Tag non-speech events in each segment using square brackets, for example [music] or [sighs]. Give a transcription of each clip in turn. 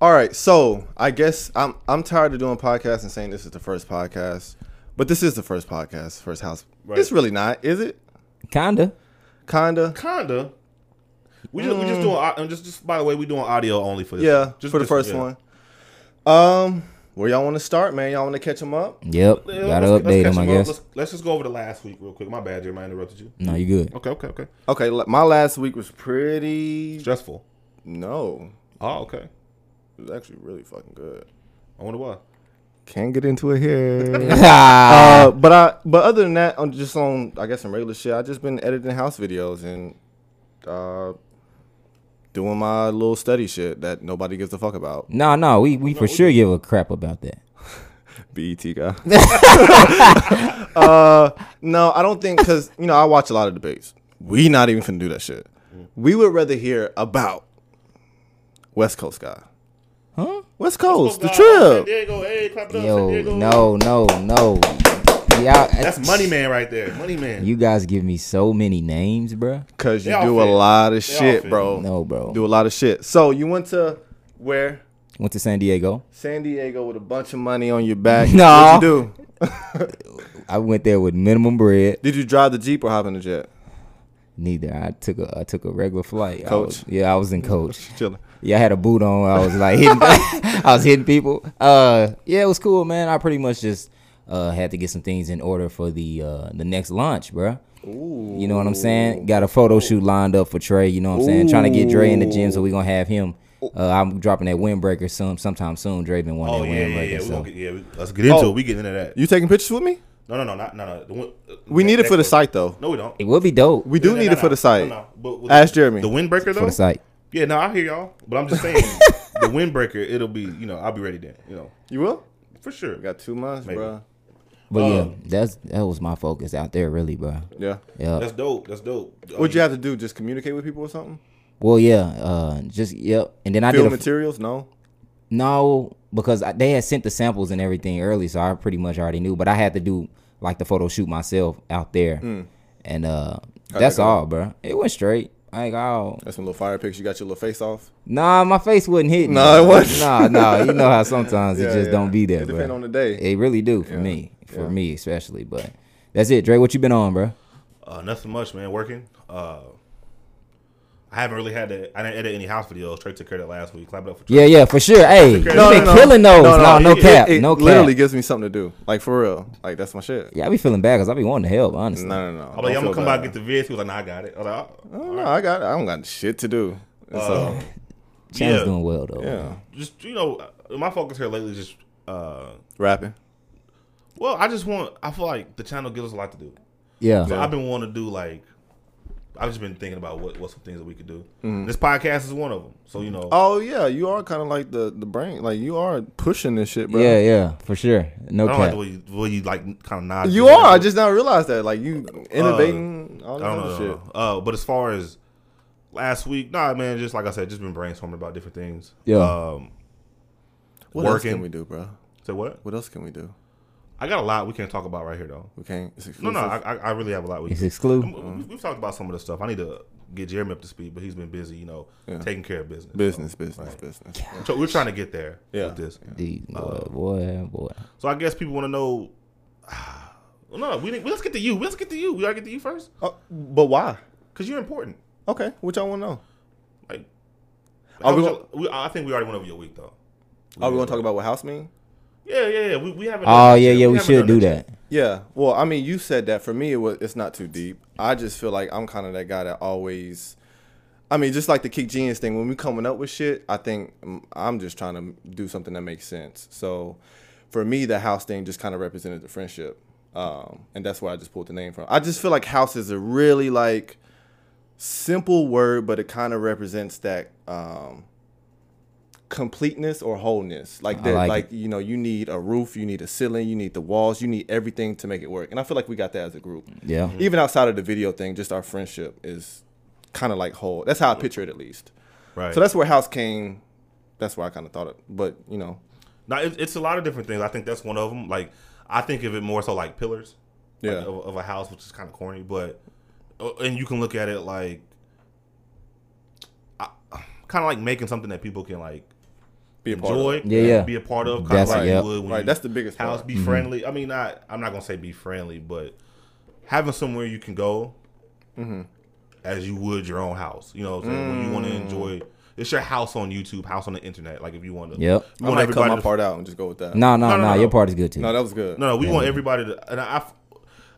All right, so I guess I'm I'm tired of doing podcasts and saying this is the first podcast, but this is the first podcast, first house. Right. It's really not, is it? Kinda. Kinda. Kinda. We just, we just doing au- and just just by the way we doing audio only for this. Mm. Yeah, just for the just- first yeah. one. Um, where y'all want to start, man? Y'all want to catch them up? Yep. Yeah, Gotta let's- let's update catch them, I up. guess. Let's, let's just go over the last week real quick. My bad, Jeremy. I interrupted you. No, [laughs] you good. Okay, okay, okay. Okay, l- my last week was pretty. Stressful. No, Oh, okay. it was actually really fucking good. I wonder why. Can't get into it [laughs] here. Ah, Uh, but I but other than that, on just on I guess some regular shit. I just been editing house videos and uh, doing my little study shit that nobody gives a fuck [laughs] about. [laughs] no, no, we we for sure give a crap about that. E BET guy. [laughs] uh, no, I don't think because you know I watch a lot of debates. We not even finna do that shit. We would rather hear about West Coast guy, Huh? West Coast, the Oh, San trip. Diego, hey, clap it up, San Yo, Diego. no, no, no. Yeah, That's money man right there. Money man. You guys give me so many names, bruh. Cause you They all do a fit. lot of all shit, fit. bro. No, bro. Do a lot of shit. So you went to where? Went to San Diego. San Diego with a bunch of money on your [laughs] back. No. What'd you do? I went there with minimum bread. Did you drive the Jeep or hop in the jet? Neither. I took a I took a regular flight. I Coach. was- yeah, I was in coach. Chilling. Yeah, I had a boot on. I was like hitting. [laughs] I was hitting people. Uh, yeah, it was cool, man. I pretty much just uh had to get some things in order for the uh the next launch, bruh. Ooh. You know what I'm saying? Got a photo shoot lined up for Trey. You know what I'm saying? Trying to get Dre in the gym, so we gonna have him. Uh, I'm dropping that windbreaker some sometime soon. Dre been wanting Oh that yeah, yeah, windbreaker. yeah. We so. gonna get, yeah we, let's get into Oh. it. We get into that. You taking pictures with me? No, no, no, not, no, no. The win- uh, We that- need it that for the goes- site though. No, we don't. it would be dope We do No, no, need no, it for no. the site. No, no. But with Ask the- Jeremy. The windbreaker for though. the site. Yeah, no, I hear y'all, but I'm just saying the windbreaker. It'll be, you know, I'll be ready then. You know, You will? for sure. We got two months, Maybe. bro. But yeah, Um, that's that was my focus out there, really, bro. Yeah. Yeah. That's dope. That's dope. Um, I What'd mean, you have to do? Just communicate with people or something? Well, yeah. Uh, just yep. And then I Field did a, materials? No. no because I, they had sent the samples and everything early, so I pretty much already knew. But I had to do like the photo shoot myself out there, and uh, that's Mm. go? all, bro. It went straight. I ain't all That's some little fire pics. You got your little face off. Nah, my face wasn't hitting. Nah, it bruh. wasn't. Nah, nah. You know [laughs] how sometimes it Yeah, just yeah. don't be there, It depend bruh. on the day. It really do for me, for me especially. But that's it, Dre. What you been on, bro? Uh, nothing much, man. Working. Uh, I haven't really had to. I didn't edit any house videos. Trey took care of that last week. Clap it up for Trey. Yeah, yeah, for sure. Hey, you No, no, been no. killing those. No, no, it- cap, It no cap. literally gives me something to do. Like for real. Like that's my shit. Yeah, I be feeling bad because I be wanting to help, honestly. No, no, no. I'm like, Don't I'm feel gonna come out bad. and get the vids. He was like, Nah, I got it. I was like, oh, Oh, no, I got. I don't got shit to do. And so Chan's Yeah. doing well though. yeah, just you know, uh, my focus here lately is just. Uh, rapping. well, I just want. I feel like the channel gives us a lot to do. Yeah. So I've been wanting to do like. I've just been thinking about what what some things that we could do. Mm-hmm. This podcast is one of them. So you know, Oh yeah, you are kind of like the the brain. Like you are pushing this shit, bro. Yeah, yeah, for sure. No I don't like cap. the way you, the way you like kind of nod. You your are. head. I just now realized that. Like you innovating all this I don't other know. shit. Uh, but as far as last week, nah, man, just like I said, just been brainstorming about different things. Yeah. Um, What else working. can we do, bro? say what? What else can we do? I got a lot we can't talk about right here though. We can't. It's No, exclusive. no, I, I I really have a lot. We It's can- exclusive. Um, we- We've talked about some of the stuff. I need to get Jeremy up to speed, but he's been busy, you know, taking care of business. business, business, business. So we're trying to get there Yeah. with this. Dude, Oh. boy, boy, boy. So I guess people want to know. [sighs] Well, no, we didn't, let's get to you. Let's get to you. We gotta get to you first Oh, but why? because you're important. Okay, what y'all want to know? Like, Are Oh, how we was gon- your- we- I think we already went over your week though. Are Oh, we gonna talk about what house mean? Yeah, yeah, yeah. We, we haven't. done Oh yeah, that yet. yeah. We haven't should done do that. Yeah. Well, I mean, you said that. For me, it was. It's not too deep. I just feel like I'm kind of that guy that always. I mean, just like the kick genius thing. When we coming up with shit, I think mm, I'm just trying to do something that makes sense. So, for me, the house thing just kind of represented the friendship, um, and that's where I just pulled the name from. I just feel like house is a really like simple word, but it kind of represents that. Um, completeness or wholeness like that like like, it. you know you need a roof you need a ceiling you need the walls you need everything to make it work and i feel like we got that as a group Yeah. Mm. even outside of the video thing just our friendship is kind of like whole that's how i picture it at least Right. so that's where house came that's where i kind of thought it but you know Now it, it's a lot of different things. I think that's one of them. Like I think of it more so like pillars, like, uh, Yeah. of, of a house, which is kind of corny, but uh, and you can look at it like kind of like making something that people can like Be a part of. enjoy, Yeah, yeah. be a part of. Kind That's of it, like yep. Mm-hmm. you would when Right, you- that's the biggest house. part. Be friendly. I mean, not. I'm not gonna say be friendly, but having somewhere you can go Mm-hmm. as you would your own house. You know, what I'm saying? when you want Mm. to enjoy. It's your house on YouTube, house on the internet. Like if you want to, Yep. we I want might cut everybody my to part out and just go with that. No, no, No, no, no, no. Your part is good too. no, that was good. No, no, we want everybody to. And I,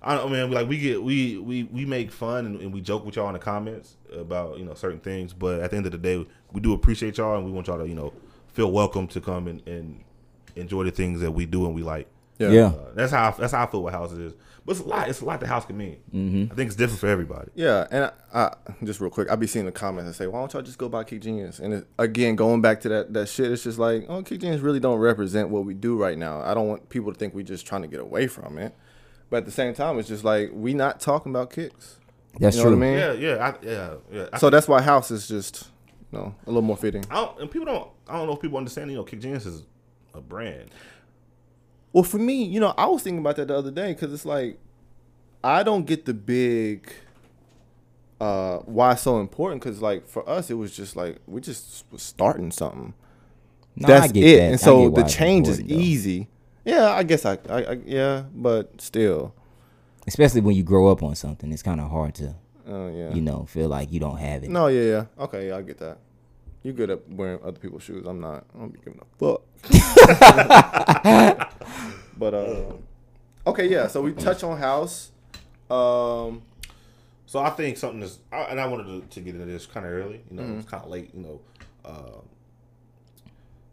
I, I mean, like we get we we we make fun and, and we joke with y'all in the comments about you know certain things, but at the end of the day, we do appreciate y'all and we want y'all to you know feel welcome to come and, and enjoy the things that we do and we like. yeah. yeah. Uh, that's how I, that's how I feel what house is. But it's a lot. It's a lot. The house can mean. I think it's different for everybody. Yeah, and I, I just real quick, I be seeing the comments and say, why don't y'all just go by Kick Genius? And it, again, going back to that that shit, it's just like, oh, Kick Genius really don't represent what we do right now. I don't want people to think we're just trying to get away from it, but at the same time, it's just like we not talking about kicks. That's You know true. what I mean? Yeah, yeah, I, yeah, yeah. I, So that's why House is just, you know, a little more fitting. I don't, and people don't. I don't know if people understand. You know, Kick Genius is a brand. Well, for me, you know, I was thinking about that the other day because it's like I don't get the big uh why it's so important because like for us it was just like we just was starting something. Nah, That's I get it, that. I and so get why the it's change is important, though. easy. Yeah, I guess I, I, I yeah, but still, Especially when you grow up on something, it's kind of hard to, oh yeah. you know, feel like you don't have it. No, yeah, yeah. Okay, yeah, I get that. You good at wearing other people's shoes. I'm not. I don't be giving a [laughs] fuck. but uh, okay, yeah. So we touch on house. Um, So I think something is, I- and I wanted to, to get into this kind of early. You know, Mm-hmm. it's kind of late. You know, Um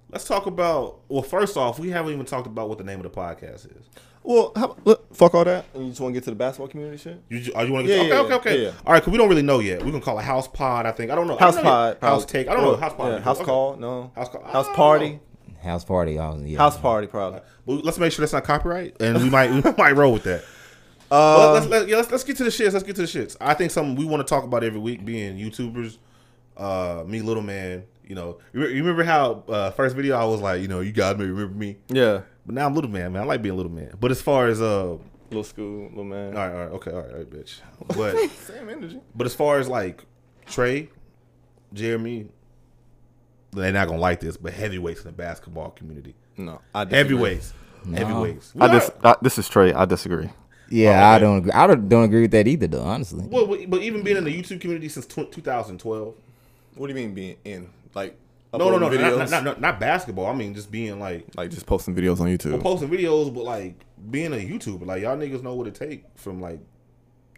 let's talk about. Well, first off, we haven't even talked about what the name of the podcast is. well, how, look, fuck all that. And you just want to get to the basketball community shit. You, ju- oh, you want to get Yeah, okay, yeah, okay, okay. yeah. All right, because we don't really know yet. We're gonna call it House Pod. I think I don't know. I House don't know pod, yet. house probably. take. I don't know Well, House Pod. yeah, is- house okay. call, no. House call. House Oh. party. House party, I was, yeah. House party, probably. But let's make sure that's not copyright, and we might [laughs] we might roll with that. Uh, Well, let's, let, yeah, let's let's get to the shits. Let's get to the shits. I think something we want to talk about every week being YouTubers. Uh, me, little man. You know, you, re- you remember how uh, first video I was like, you know, you guys may remember me, yeah. but now I'm little man, man. I like being little man. But as far as uh, all Little school, little man. right, all right, okay, all right, all right bitch. But Same energy. but as far as like Trey, Jeremy, they're not gonna like this, but heavyweights in the basketball community, No, I disagree. heavyweights, heavyweights. I We are- dis- I, this is Trey. I disagree. Oh, Yeah, I don't agree. I don't, don't agree with that either, though, honestly. well, but but even being in the YouTube community since tw 2012. What do you mean being in? Like No, no, no, uploading not, not, not, not basketball. I mean, just being like like just posting videos on YouTube. posting videos, but like being a YouTuber. Like y'all niggas know what it take from like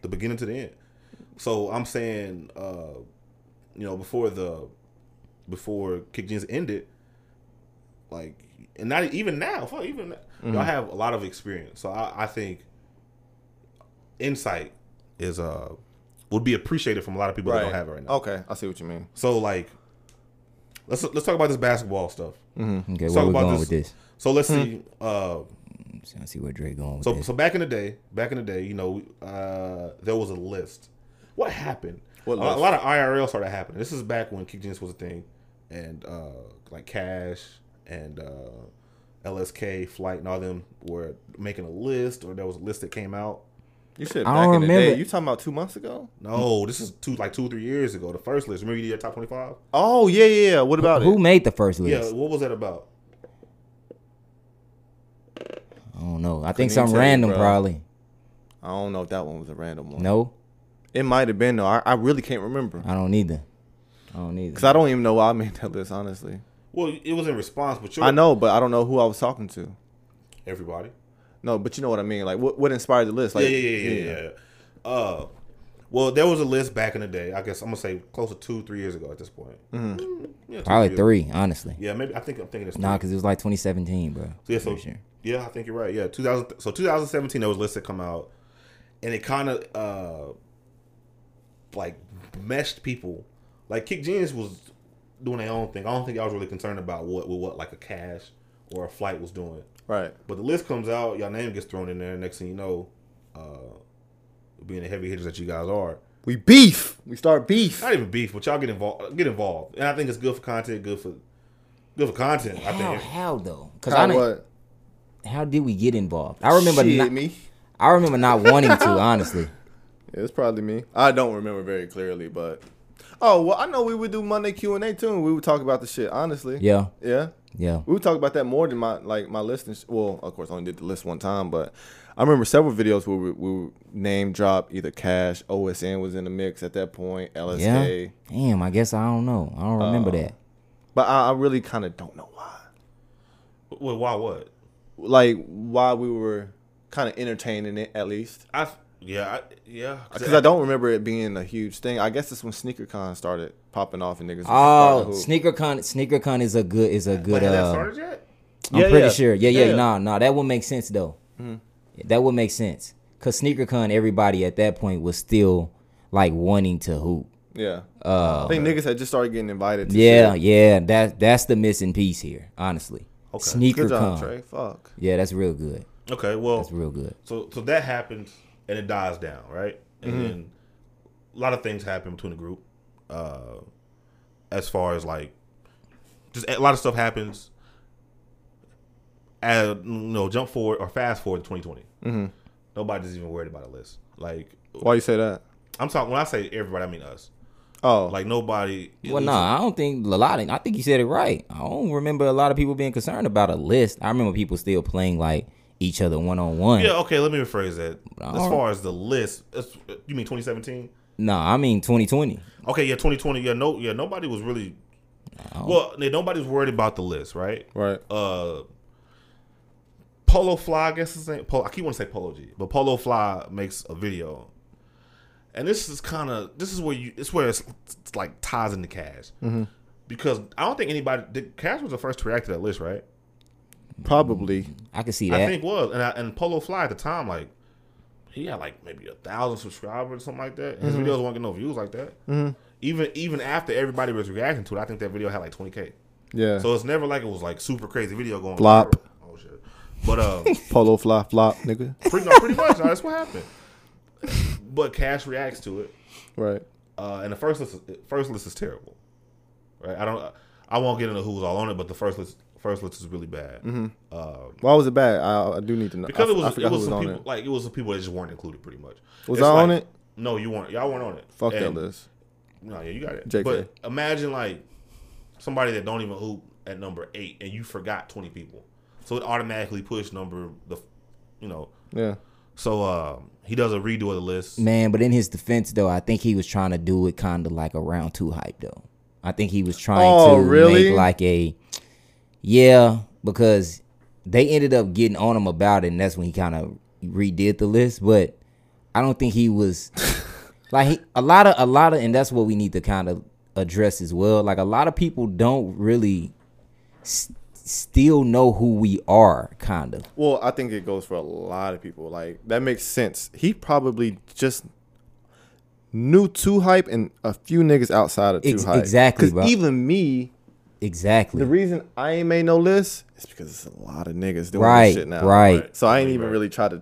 the beginning to the end. So I'm saying, uh, you know, before the before Kick Jeans ended, like, and not even now, fuck, even now, y'all have a lot of experience. So I, I think insight is uh would be appreciated from a lot of people that don't have it right now. Okay, I see what you mean. So like, let's let's talk about this basketball stuff. Okay, talk Mm-hmm. where we about going this. with this? Hmm. So let's see. Uh, I see where Drake going with so this. so back in the day, back in the day, you know, uh, there was a list. What happened? What a, a list? lot of IRL started happening. This is back when Kick Genius was a thing, and uh, like Cash and uh, LSK, Flight, and all them were making a list, or there was a list that came out. You said I back don't in the day. remember. You talking about two months ago? Hmm. No, this is two like two three years ago. The first list. Remember you did your top twenty five? Oh yeah, yeah. yeah. What about Who it? made the first list? Yeah. What was that about? I don't know. I think even something tell you, random, bro. probably. I don't know if that one was a random one. No, it might have been though. I, I really can't remember I don't either. I don't because either. I don't even know why I made that list. Honestly, Well, it was in response, but you're I know, but I don't know who I was talking to. everybody. No, but you know what I mean. Like what what inspired the list? Like yeah, yeah, yeah, yeah, yeah. yeah. Uh, well, there was a list back in the day. I guess I'm gonna say close to two, three years ago at this point. Mm-hmm. Yeah, two, Probably years. three, honestly. Yeah, maybe I think I'm thinking it's Nah, three. because it was like 2017, bro. yeah, so, Pretty sure. yeah, I think you're right. Yeah, 2000. So 2017, there was lists that come out, and it kind of uh, like meshed people. Like Kick Genius was doing their own thing. I don't think I was really concerned about what with what like a cash or a flight was doing. Right. But the list comes out, y'all name gets thrown in there. Next thing you know, uh, being the heavy hitters that you guys are, We beef. We start beef. not even beef, but y'all get involved. Get involved, and I think it's good for content. Good for, good for content. I How, think. how though? Because I How, didn't- what? How did we get involved? I remember Shit, not. me. I [laughs] remember not wanting to. Honestly, Yeah, it's probably me. I don't remember very clearly, but oh well, I know we would do Monday Q and A too, and we would talk about the shit. Honestly. yeah. Yeah. Yeah. We would talk about that more than my like my list. And sh- well, of course, I only did the list one time, but I remember several videos where we, we would name drop either Cash, OSN was in the mix at that point, LSK. Yeah. Damn, I guess I don't know. I don't Uh, remember that. But I, I really kind of don't know why. Well, why what? Like why we were kind of entertaining it at least. I yeah I, yeah Uh, Because I don't remember it being a huge thing. I guess it's when SneakerCon started popping off and niggas. was starting to Oh, hoop. SneakerCon SneakerCon is a good is a Wait, good had that uh started yet? I'm Yeah, pretty yeah. sure. Yeah, yeah, Yeah. Hmm. Nah, nah. That would make sense though. That would make sense. Cause SneakerCon, everybody at that point was still like wanting to hoop. yeah. Uh, I think niggas had just started getting invited. To yeah, shit. yeah. That that's the missing piece here, honestly. Okay. Good job, SneakerCon. Trey. Fuck. Yeah, that's real good. Okay, well That's real good. So so that happens and it dies down, right? And then a lot of things happen between the group. Uh as far as like just a lot of stuff happens. At, you know, jump forward or fast forward to 2020. Mhm. Nobody's even worried about a list. Like Why you say that? I'm talking when I say everybody, I mean us. Oh, like Like nobody. Well, no, I don't think a lot of. I think you said it right. I don't remember a lot of people being concerned about a list. I remember people still playing like each other one on one. Yeah. Okay. Let me rephrase that. I As don't- far as the list, as, you mean 2017? No, I mean 2020. Okay. Yeah. 2020. Yeah. No. Yeah. Nobody was really. don't- Well, yeah, nobody's worried about the list, right? right. uh Polo Fly, I guess his name. Polo, I keep wanting to say Polo G, but Polo Fly makes a video, and this is kind of this is where you it's where it's, it's like ties into Cash because I don't think anybody did, Cash was the first to react to that list, right? Probably. I can see I that. think was and I, and Polo Fly at the time like he had like maybe a thousand subscribers or something like that. His videos won't get no views like that. Even even after everybody was reacting to it, I think that video had like twenty k. Yeah. So it's never like it was like super crazy video going Flop. viral. Oh shit! But um. [laughs] Polo fly flop, nigga. pretty, no, pretty much. That's what happened. But Cash reacts to it, Right. uh, and the first list, first list is terrible. Right? I don't. I won't get into who's all on it, but the first list, first list is really bad. Um, Why was it bad? I, I do need to know. because I, it I was, forgot it was, who some was on people it. like it was the people that just weren't included, pretty much. Was It's I on like- it? No, you weren't. Y'all weren't on it. Fuck that And- list. No, yeah, you got it. JK. But imagine like somebody that don't even hoop at number eight, and you forgot twenty people, so it automatically pushed number the, you know. Yeah. So uh, he does a redo of the list. Man, but in his defense, though, I think he was trying to do it kind of like a round two hype, though. I think he was trying Oh, to really? make like a, yeah, because they ended up getting on him about it, and that's when he kind of redid the list. But I don't think [laughs] he was like he, a lot of a lot of, and that's what we need to kind of address as well. Like a lot of people don't really s- still know who we are, kind of. Well, I think it goes for a lot of people. Like that makes sense. He probably just knew two hype and a few niggas outside of two Ex- hype. exactly, bro. Because even me, Exactly. the reason I ain't made no list is because it's a lot of niggas doing Right, this shit now. right. So I ain't Right. even really try to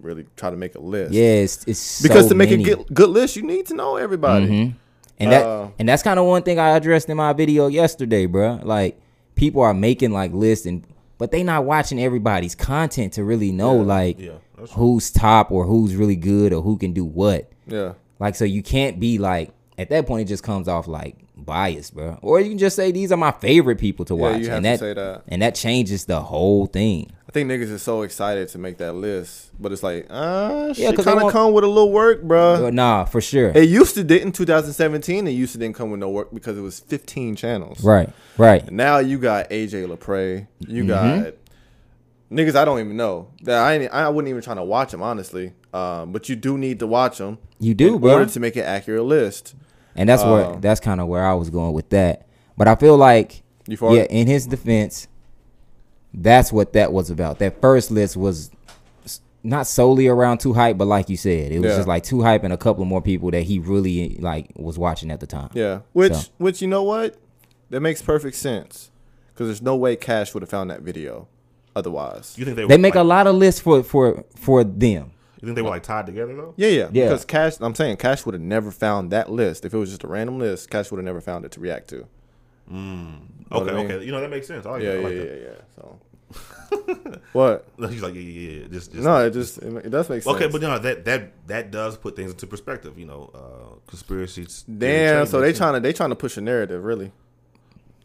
really try to make a list. yeah, it's, it's Because so to make many. Mm-hmm. a good, good list, you need to know everybody. And that Uh, and that's kind of one thing I addressed in my video yesterday, bruh. Like people are making like lists and but they not watching everybody's content to really know like yeah, that's true. who's top or who's really good or who can do what. Yeah. Like so you can't be like at that point it just comes off like biased, bruh. Or you can just say these are my favorite people to Yeah, watch. you have and to that, say that. and that changes the whole thing. I think niggas is so excited to make that list, but it's like, ah, Yeah, shit 'cause they kind of want- come with a little work, bruh. But nah, for sure. It used to did in 2017. It used to didn't come with no work because it was 15 channels. right. Right. Now you got AJ Lepre. You Mm-hmm. got niggas I don't even know that I ain't, I wouldn't even trying to watch them honestly. Um, but you do need to watch them You do, in bruh. order to make an accurate list. And that's where Um, that's kind of where I was going with that. But I feel like You for yeah, it? in his defense, that's what that was about. That first list was s- not solely around two hype, but like you said, it was Yeah. just like two hype and a couple more people that he really like was watching at the time. Yeah, which So. which you know what that makes perfect sense because there's no way Cash would have found that video otherwise. You think they, They were, make like, a lot of lists for for for them. You think they were like tied together though? Yeah, yeah. Yeah. Because Cash, I'm saying Cash would have never found that list. If it was just a random list, Cash would have never found it to react to. Know Okay, what I mean? okay. You know that makes sense. I like Yeah, that. I yeah, like yeah, that. yeah. So, [laughs] what? [laughs] He's like, yeah, yeah, yeah. yeah. Just, just No, it just it, ma- it does make sense. okay, but you know that that that does put things into perspective. You know, uh conspiracies. damn, so they trying to they trying to push a narrative, really.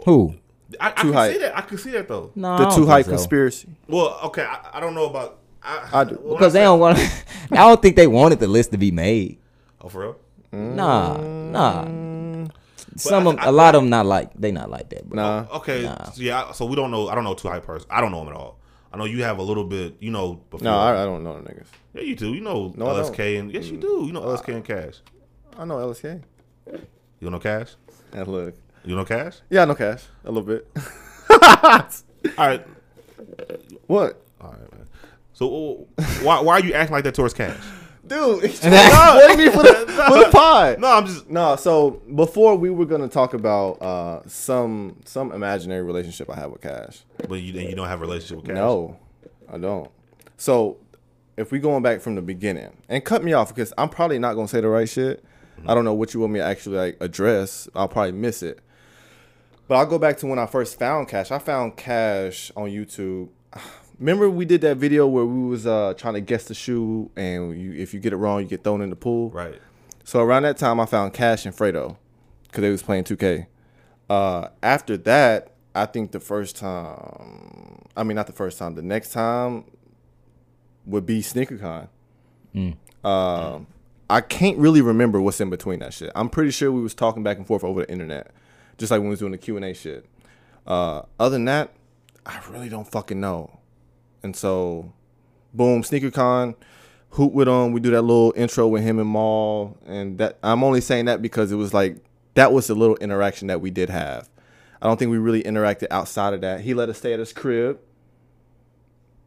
Who? I, I Too can hype. see that. I can see that though. No, the I too don't think high so. conspiracy. Well, okay, I, I don't know about. I, I do. when because they say- don't want. [laughs] I don't think they wanted the list to be made. Oh, for real? Nah, nah. Mm. Some I- of a lot of them not like they not like that. Bro. Nah, Okay, so yeah. So we don't know. I don't know too high person. I don't know him at all. I know you have a little bit. You know. Before. no, I, I don't know them niggas. yeah, you do. You know No, I don't. Mm. LSK and yes, you do. You know LSK and Cash. I know LSK. You don't know Cash. And look, You know Cash. [laughs] yeah, I know Cash a little [laughs] bit. All right. what, All right, man. So uh, why why are you acting like that towards Cash? dude? He's [laughs] trying to play me for [laughs] the, for the pod. No, I'm [laughs] just. No, so before we were gonna talk about uh, some some imaginary relationship I have with Cash. But you you don't have a relationship with Cash. No, I don't. So if we going back from the beginning, and cut me off because I'm probably not gonna say the right shit. I don't know what you want me to actually like address. I'll probably miss it. But I'll go back to when I first found Cash. I found Cash on YouTube. [sighs] Remember we did that video where we was uh, trying to guess the shoe, and you, if you get it wrong, you get thrown in the pool. Right. So around that time, I found Cash and Fredo because they was playing 2K. Uh, after that, I think the first time, I mean, not the first time, the next time would be SneakerCon. Um, I can't really remember what's in between that shit. I'm pretty sure we was talking back and forth over the internet, just like when we was doing the Q and A shit. Uh, other than that, I really don't fucking know. And so, boom, SneakerCon, hoot with him. We do that little intro with him and Maul, and that I'm only saying that because it was like that was the little interaction that we did have. I don't think we really interacted outside of that. He let us stay at his crib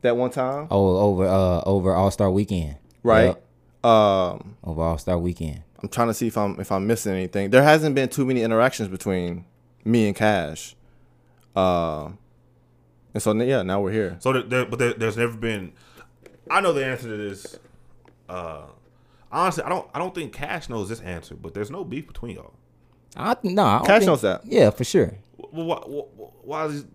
that one time, Oh, over uh over All Star Weekend. right? Yep, Um, over All Star Weekend. I'm trying to see if I'm if I'm missing anything. There hasn't been too many interactions between me and Cash, uh, and so n- yeah, now we're here. So there, there but there, there's never been. I know the answer to this. Uh, honestly, I don't. I don't think Cash knows this answer, but there's no beef between y'all. I no. I don't Cash think- knows that. Yeah, for sure. Well, why, why, why does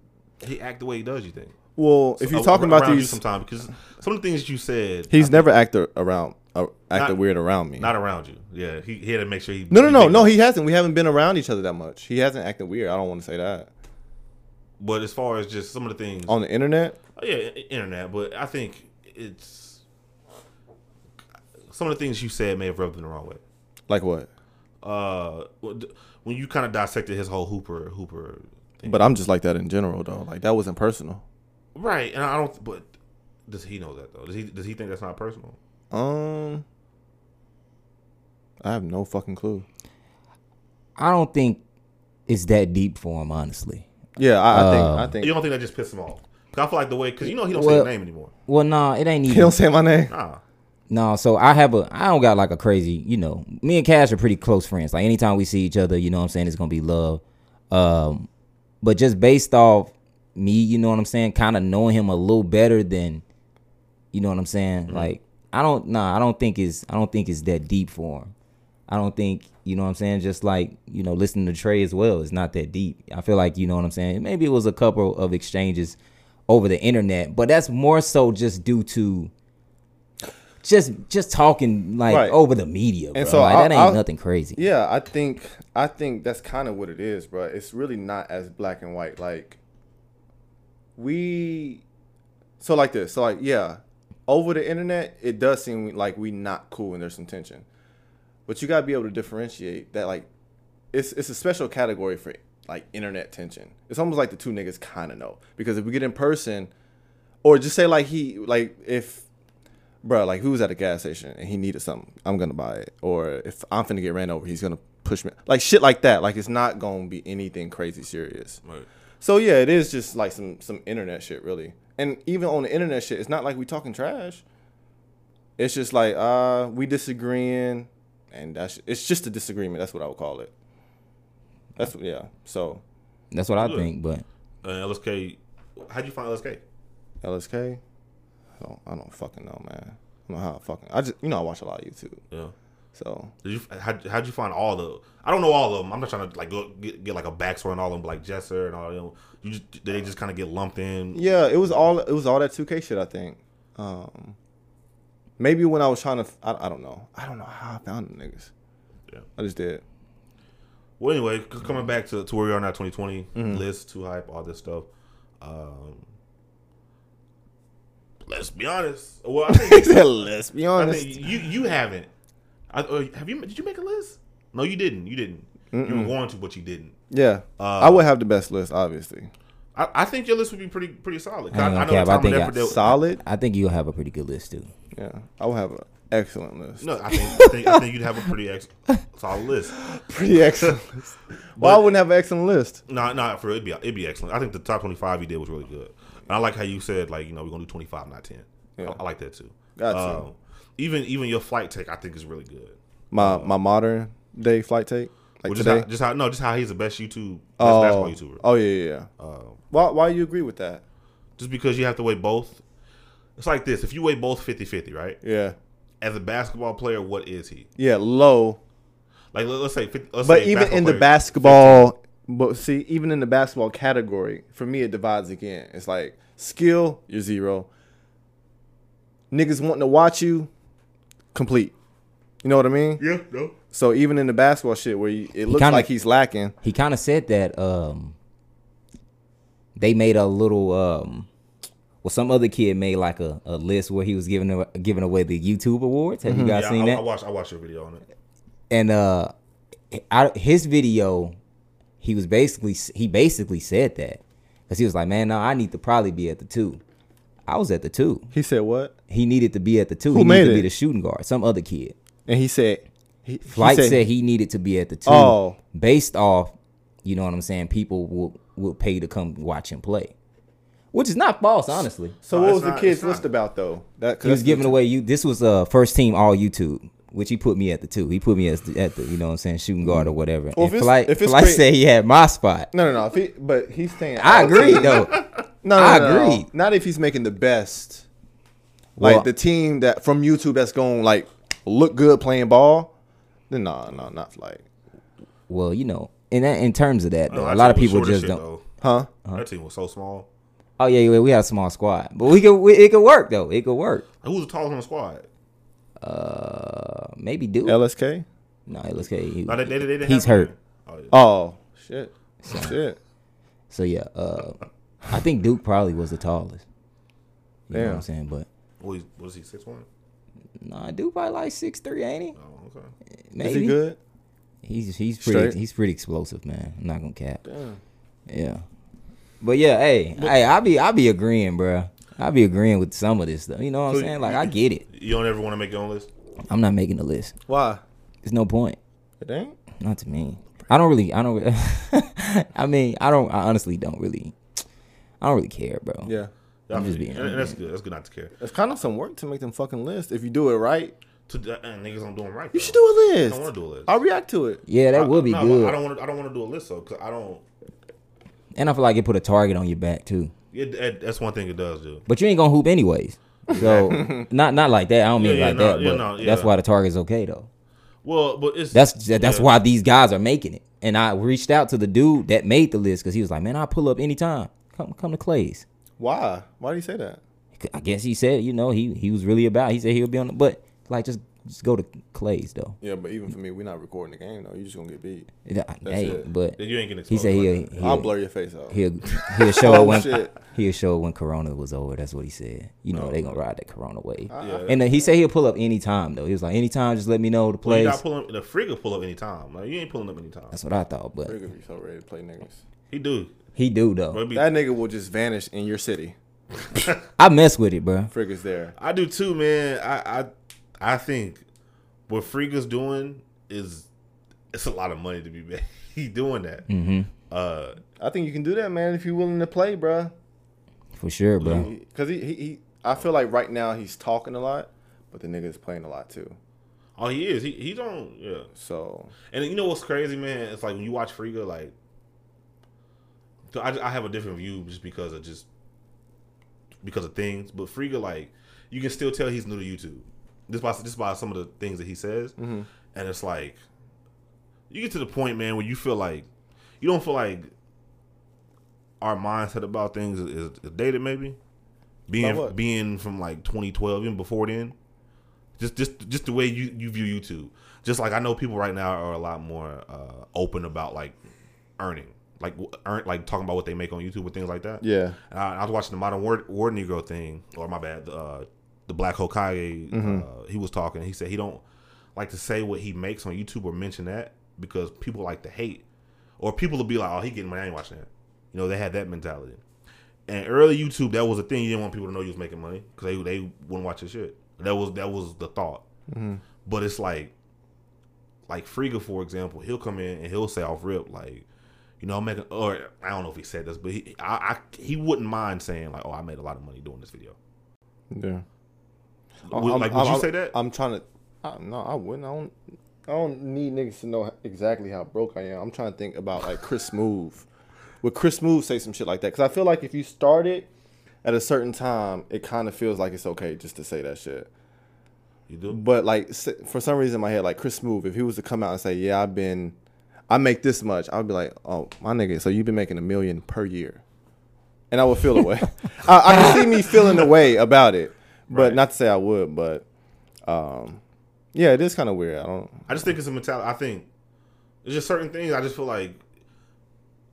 he act the way he does? You think? Well, if you're Uh, talking ar- about around you these, sometimes because some of the things you said, he's never acted around, uh, acted Not- weird around me. not around you. Yeah, he, he had to make sure he. no, no, no, made- no. He hasn't. We haven't been around each other that much. He hasn't acted weird. I don't want to say that But as far as just some of the things, on the internet. Oh, yeah, i- internet. But I think it's some of the things you said may have rubbed him the wrong way. Like what? Uh, when you kind of dissected his whole Hooper Hooper thing, But I'm just like that in general, though. Like that wasn't personal. right? And I don't. But does he know that though? Does he does he think that's not personal? Um, I have no fucking clue. I don't think it's that deep for him, honestly. Yeah, I, I think. I Uh, think [laughs] You don't think that just pissed him off? 'Cause I feel like the way because you know he don't say Well- your name anymore. Well, no, it ain't he even. don't say my name. Nah. No, so I have a I don't got like a crazy, you know. Me and Cash are pretty close friends. Like anytime we see each other, you know what I'm saying, it's gonna be love. Um but just based off me, you know what I'm saying, kinda knowing him a little better than you know what I'm saying? Mm-hmm. Like I don't nah, I don't think it's I don't think it's that deep for him. I don't think, you know what I'm saying, just like, you know, listening to Trey as well, it's not that deep. I feel like, you know what I'm saying? Maybe it was a couple of exchanges over the internet, but that's more so just due to just just talking like Right. over the media, bro. And so like, that I'll- ain't I'll- nothing crazy. Yeah, I think I think that's kind of what it is, bro. It's really not as black and white. Like we, so like this. So like yeah, over the internet, it does seem like we not cool and there's some tension. But you gotta be able to differentiate that. Like it's it's a special category for like internet tension. It's almost like the two niggas kind of know because if we get in person, or just say like he like if bro, like who was at a gas station and he needed something, I'm gonna buy it. Or if I'm finna get ran over, he's gonna push me. Like shit like that. Like it's not gonna be anything crazy serious. Right. So yeah, it is just like some some internet shit really. And even on the internet shit, it's not like we talking trash. It's just like uh we disagreeing and that's it's just a disagreement, that's what I would call it. That's yeah. So That's what I Yeah. think, but Uh, LSK, how'd you find LSK? LSK? I don't I don't fucking know, man. I don't know how I fucking I just you know I watch a lot of YouTube. Yeah. So Did you how how'd you find all the? I don't know all of them. I'm not trying to like go get, get like a backstory on all of them, but, like Jesser and all of them. You just did they just kind of get lumped in. Yeah, it was all it was all that 2K shit. I think. Um, maybe when [laughs] I was trying to, I, I don't know. I don't know how I found them niggas. Yeah. I just did. Well, anyway, c- coming Mm-hmm. back to, to where we are now, 2020 list, too hype, all this stuff. Um, let's be honest. Well, I He think, said, Let's be I honest. think you you haven't. I, or have you? Did you make a list? No, you didn't. You didn't. You were going to, but you didn't. yeah, Uh, I would have the best list, obviously. I, I think your list would be pretty pretty solid. 'Cause I I, ain't I gonna know care, the but time I and think I effort that- Solid. I think you'll have a pretty good list too. Yeah, I would have an excellent list. No, I think, I think I think you'd have a pretty ex- solid [laughs] list. Pretty [laughs] excellent. list. Why I wouldn't have an excellent list? No, nah, nah, for it'd be it'd be excellent. I think the top twenty five you did was really good. And I like how you said like you know we're gonna do twenty five, not ten. I, I like that too. Got to. Um, even even your flight take, I think is really good. My my modern day flight take, like Uh, Well, just, today. how, just how no, just how he's the best YouTube, best oh, basketball YouTuber. Uh. Um, oh yeah, yeah. yeah. why why you agree with that? Just because you have to weigh both. It's like this: if you weigh both 50-50, right? Yeah, As a basketball player, what is he? yeah, low. Like let, us say, 50, let's But say even in the player- basketball, but see, even in the basketball category, for me it divides again. It's like skill, you're zero. Niggas wanting to watch you, complete. You know what I mean? yeah, no, So even in the basketball shit, where you, it looks kinda- like he's lacking, He kind of said that um they made a little um well some other kid made like a, a list where he was giving awa- giving away the YouTube awards. Have you Mm-hmm. guys yeah. I, seen I that? watched I watched your video on it. and uh I, his video he was basically he basically said that because he was like man no i need to probably be at the two i was at the two he said what? he needed to be at the two Who he made needed to be it? the shooting guard some other kid And he said, he, he flight said, he needed to be at the two Oh. based off you know what i'm saying people will will pay to come watch him play which is not false honestly So No, what it's was the not- kid's it's not. list about though? That he was giving away you this was uh first team all youtube which he put me at the two. He put me as the, at the, you know what I'm saying, shooting guard or whatever. Well, if and it's- Flight, if it's Flight cra- said he had my spot. No, no, no. If he, but he's saying [laughs] I agree though. No, no, no, no, I no. agree. Not if he's making the best, like Well- the team that from YouTube that's going to like look good playing ball. Then nah, nah, not like, Well, you know, in that, in terms of that, No, though, that a lot of team was people short as just shit, don't. though. huh? That team was so small. Oh yeah, yeah, we had a small squad, but we could we, it could work though. It could work. Like, who's the tallest on the squad? Uh, maybe do LSK. no. Let's get he, No, they, they, they didn't he's have one. hurt. Oh, yeah. Oh shit, shit. So yeah, uh, I think Duke probably was the tallest. You know what Damn. I'm saying? But Well, he's, was he six one? nah, Duke probably like six three, ain't Oh, okay. he? Maybe. Is he good? He's he's pretty Straight? he's pretty explosive, man. I'm not gonna cap. Damn. Yeah. But yeah, hey, hey, I be I be agreeing, bruh. I be agreeing with some of this stuff. You know what I'm So saying? you- Like I get it. You don't ever want to make your own list. I'm not making a list. Why? There's no point. It ain't. Not to me. I don't really. I don't. re- [laughs] I mean, I don't. I honestly don't really. I don't really care, bro. Yeah, I just feel you. being and, and that's good. That's good not to care. it's kind of some work to make them fucking lists. If you do it right, To, and niggas don't do them right. you should do a list. I don't wanna do a list. I'll react to it. Yeah, that would be I good. don't want. to. I don't want to do a list though, because I don't. And I feel like it put a target on your back too. It, that, that's one thing it does do. But you ain't gonna hoop anyways. [laughs] So not not like that. I don't Yeah, mean yeah, like no, that. yeah, but no, that's yeah. why the target's okay though. Well, but it's That's that's yeah. why these guys are making it. And I reached out to the dude that made the list because he was like, "Man, I pull up anytime. Come come to Clay's." Why? Why do you say that? I guess he said, you know, he he was really about. He said he'll be on the but like just just go to Clay's though. Yeah, but even for me, we're not recording the game though. You're just gonna get beat. Hey, it. but You ain't getting he exposed. said like he'll, that. I'll he'll blur your face out. He'll [laughs] he'll show it Oh, when shit. he'll show it when Corona was over. That's what he said. You know they gonna ride that Corona wave. Yeah. and then he said he'll pull up anytime though. He was like anytime, just let me know the Well, you place. not pulling the frigga pull up anytime. Like you ain't pulling up anytime. That's what I thought, but Nigga be so ready to play niggas. He do. he do Bro, though. it be- That nigga will just vanish in your city. I mess with it, bro. Frick is there. [laughs] I do too, man. I I, I think what Frigga's doing is it's a lot of money to be made. [laughs] he doing that. Mm-hmm. Uh, I think you can do that, man, if you're willing to play, bruh. For sure, bro. Because he, he, he, I feel like right now he's talking a lot, but the nigga's playing a lot too. oh, he is. He he don't. Yeah. So And you know what's crazy, man? It's like when you watch Frigga, like, so I, I have a different view just because of just because of things. But Frigga, like, you can still tell he's new to YouTube. This by this by some of the things that he says, Mm-hmm. and it's like you get to the point, man, where you feel like you don't feel like our mindset about things is, is dated, maybe being About what? being from like 2012, even before then, Just just just the way you you view YouTube. Just like I know people right now are a lot more uh, open about like earning, like w- earn, like talking about what they make on YouTube and things like that. Yeah. And Uh, I, I was watching the Modern War, War Negro thing, or my bad, uh, the Black Hokage. Uh, he was talking. He said he don't like to say what he makes on YouTube or mention that because people like to hate, or people will be like, "Oh, he getting money. I ain't watching that." You know, they had that mentality. And early YouTube, that was a thing. You didn't want people to know you was making money because they they wouldn't watch your shit. That was that was the thought. But it's like, like Frigga, for example, he'll come in and he'll say off rip like, you know, I'm making or I don't know if he said this, but he I, I he wouldn't mind saying like, oh, I made a lot of money doing this video. Yeah. Would- like, would you say that? Oh, I'm trying to. I, no, I wouldn't. I don't. I don't need niggas to know exactly how broke I am. I'm trying to think about like Chris Smooth. Would Chris Smooth say some shit like that? Because I feel like if you start it at a certain time, it kind of feels like it's okay just to say that shit. you do. But like s- for some reason in my head, like Chris Smooth, if he was to come out and say, "Yeah, I've been, I make this much," I'd be like, "Oh, my nigga, so you've been making a million per year," and I would feel [laughs] away. I, I can see me feeling away about it, but Right. not to say I would. But um, yeah, it is kind of weird. I don't. I just think it's a mentality. I think there's just certain things. I just feel like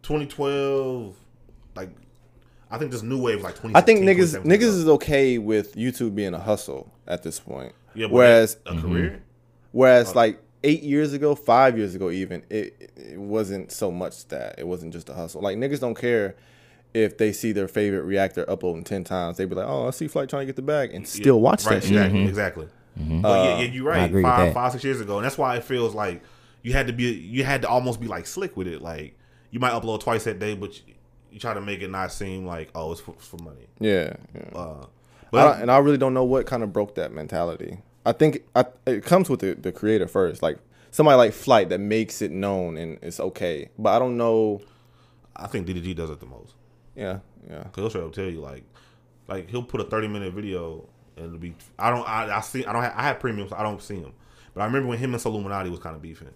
2012, like I think this new wave, like 20. I think niggas niggas is okay with YouTube being a hustle at this point. yeah, but Whereas Mm-hmm. a career. Whereas like eight years ago, five years ago, even it it wasn't so much that it wasn't just a hustle. Like niggas don't care if they see their favorite reactor uploading ten times. They be like, oh, I see Flight trying to get the bag and still watch right, that shit. Exactly. exactly. But yeah, yeah, you're right. agree with Five, that. five, six years ago, and that's why it feels like you had to be, you had to almost be like slick with it. Like you might upload twice that day, but you, you try to make it not seem like oh, it's for, for money. Yeah. yeah. Uh, I but don't- and I really don't know what kind of broke that mentality. I think I, it comes with the, the creator first, like somebody like Flight that makes it known and it's okay. But I don't know. I think DDG does it the most. Yeah, yeah. Cause he'll straight up tell you like, like he'll put a thirty minute video and it'll be. I don't. I, I see. I don't. Have, I have premiums. I don't see him. But I remember when him and Illuminati was kind of beefing.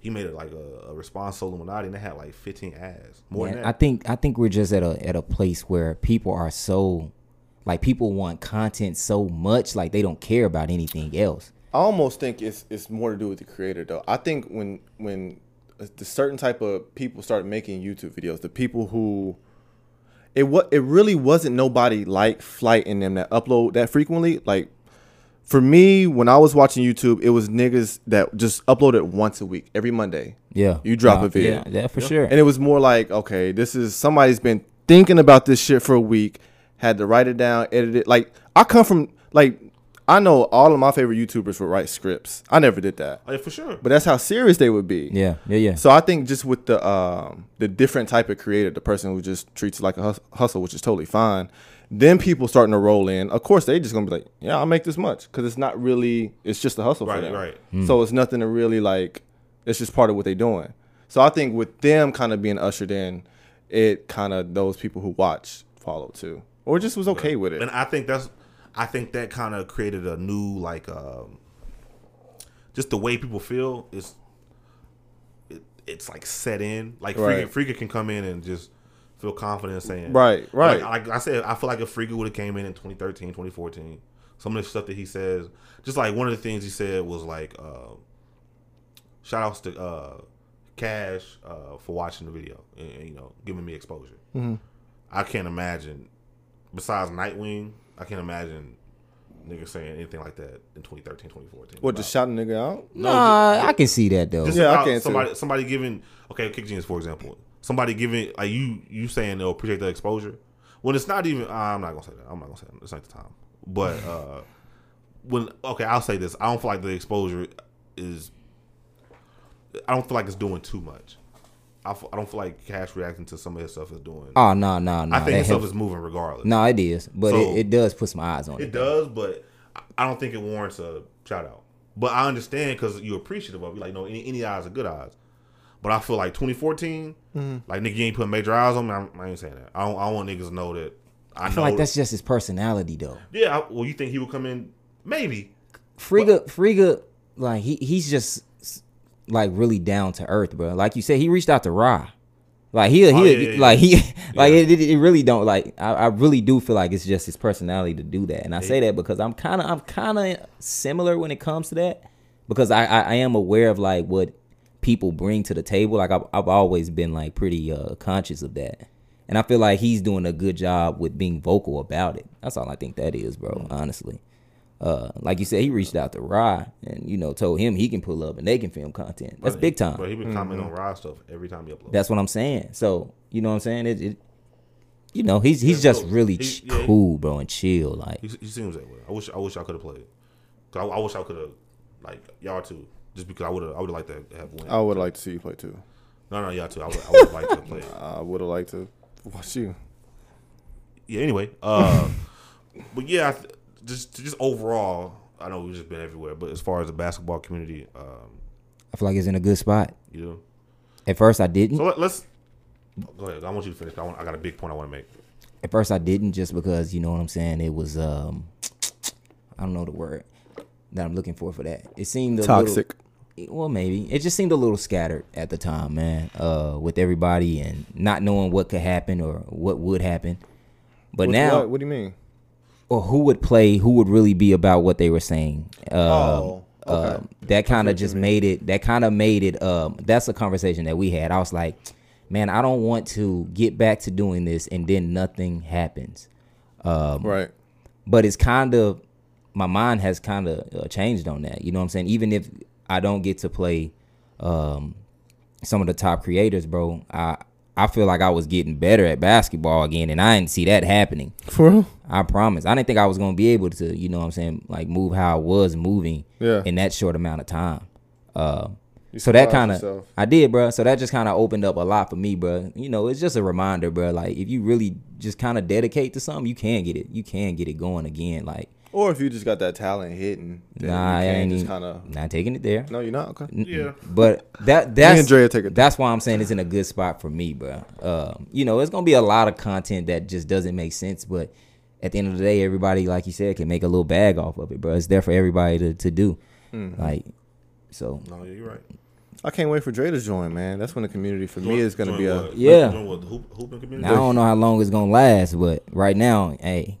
He made it like a, a response to Illuminati, and they had like fifteen ads more Man, than I that. think I think we're just at a at a place where people are so like people want content so much like they don't care about anything else. I almost think it's it's more to do with the creator though. I think when when the certain type of people start making YouTube videos, the people who it what it really wasn't nobody like Flight and them that upload that frequently. Like for me, when I was watching YouTube, it was niggas that just uploaded once a week, every Monday. Yeah. You drop Nah, a video. Yeah, yeah, for sure. And it was more like, okay, this is somebody's been thinking about this shit for a week, had to write it down, edit it. Like I come from like I know all of my favorite YouTubers would write scripts. I never did that. Oh, yeah, for sure. But that's how serious they would be. yeah, yeah, yeah. So I think just with the um, the different type of creator, the person who just treats it like a hus- hustle, which is totally fine, then people starting to roll in. Of course, they just gonna be like, "Yeah, I'll make this much," because it's not really, it's just a hustle for Right, them. right. Hmm. So it's nothing to really like. It's just part of what they're doing. So I think with them kind of being ushered in, it kind of those people who watch follow too, or just was okay with And it. I think that's, I think that kind of created a new like, um, just the way people feel is, it, it's like set in. Like Freaker, Right. Freaker can come in and just feel confident saying, Right, right. Like, like I said, I feel like if Freaker would have came in in 2013, 2014, some of the stuff that he says, just like one of the things he said was like, uh, shout outs to uh, Cash uh, for watching the video and, and, you know giving me exposure. I can't imagine. Besides Nightwing, I can't imagine niggas saying anything like that in 2013, 2014. What just shout a nigga out? nah, I can see that though. Just Yeah, I about can too. somebody somebody giving okay, Kick Genius for example. Somebody giving like you you saying they'll appreciate the exposure. When it's not even I'm not gonna say that. I'm not gonna say that. It's not the time. But uh when okay, I'll say this. I don't feel like the exposure is I don't feel like it's doing too much. I f- I don't feel like Cash reacting to some of his stuff is doing. oh no, no, no. I think that his stuff helps- is moving regardless. no, it is, but So- it, it does put some eyes on it. It does, but I- I don't think it warrants a shout out. But I understand because you're appreciative of it. Like, no, any, any eyes are good eyes. But I feel like 2014, like nigga, you ain't putting major eyes on me. I'm, I ain't saying that. I don't, I don't want niggas to know that. I, I know. feel like that's just his personality though. yeah. I, well, you think he would come in? Maybe. Friga, Friga, like he he's just like really down to earth, bro. Like you said, he reached out to Ra. Like he, he, Oh, yeah, yeah, like he, [laughs] like Yeah. it, it, it really don't like. I, I really do feel like it's just his personality to do that, and I say that because I'm kind of, I'm kind of similar when it comes to that, because I, I, I am aware of like what people bring to the table. Like I've, I've always been like pretty uh, conscious of that, and I feel like he's doing a good job with being vocal about it. That's all I think that is, Mm. bro. Honestly, uh, like you said, he reached out to Rye and you know told him he can pull up and they can film content. That's Bro, big time. Bro, he been commenting on Rod stuff every time he uploads. That's what I'm saying. So you know what I'm saying. It, it you know, he's he's Yeah, just bro. really He's- ch- yeah, he- cool, bro, and chill. Like He, he seems that way. I wish I wish I could have played. 'Cause I, I wish I could have like y'all too. Just because I would have I would have liked to have Oh. won. I would like to see you play too. No, no, y'all too. I would I would like to play. I would have liked to watch you. Yeah. Anyway, uh, [laughs] but yeah, I th- just just overall, I know we've just been everywhere. But as far as the basketball community, um, I feel like he's in a good spot. you know, At first, I didn't. so let, us go ahead. I want you to finish. I want, I got a big point I want to make. At first, I didn't just because you know what I'm saying. It was um, I don't know the word that I'm looking for for that. It seemed a little- Toxic. it- well maybe it just seemed a little scattered at the time man uh with everybody and not knowing what could happen or what would happen but What- now what, what do you mean? or who would play who would really be about what they were saying um, Oh, okay. um, that kind of just made it that kind of made it um that's a conversation that we had i was like man i don't want to get back to doing this and then nothing happens um, Right. but it's kind of my mind has kind of uh, changed on that. You know what I'm saying? Even if I don't get to play um, some of the top creators, bro, I I feel like I was getting better at basketball again, and I didn't see that happening. For real? I promise. I didn't think I was gonna be able to, you know what I'm saying, like move how I was moving Yeah. in that short amount of time. Uh, You so that surprised kind of yourself. I did, bro. So that just kind of opened up a lot for me, bro. You know, it's just a reminder, bro. Like if you really just kind of dedicate to something, you can get it. You can get it going again. Like Or if you just got that talent hidden, then nah, I you ain't can just even- kind of. not taking it there. No, you're not okay. Yeah. But that that's and Drea take it. that's why I'm saying it's in a good spot for me, bro. Um, you know, it's gonna be a lot of content that just doesn't make sense, but at the end of the day, everybody, like you said, can make a little bag off of it, bro. It's there for everybody to, to do. Mm-hmm. Like so No, yeah, you're right. I can't wait for Dre to join, man. That's when the community for me Join- is gonna join be a. what? Yeah. Join what? The hoop, hooping community. now I don't know how long it's gonna last, but right now, hey,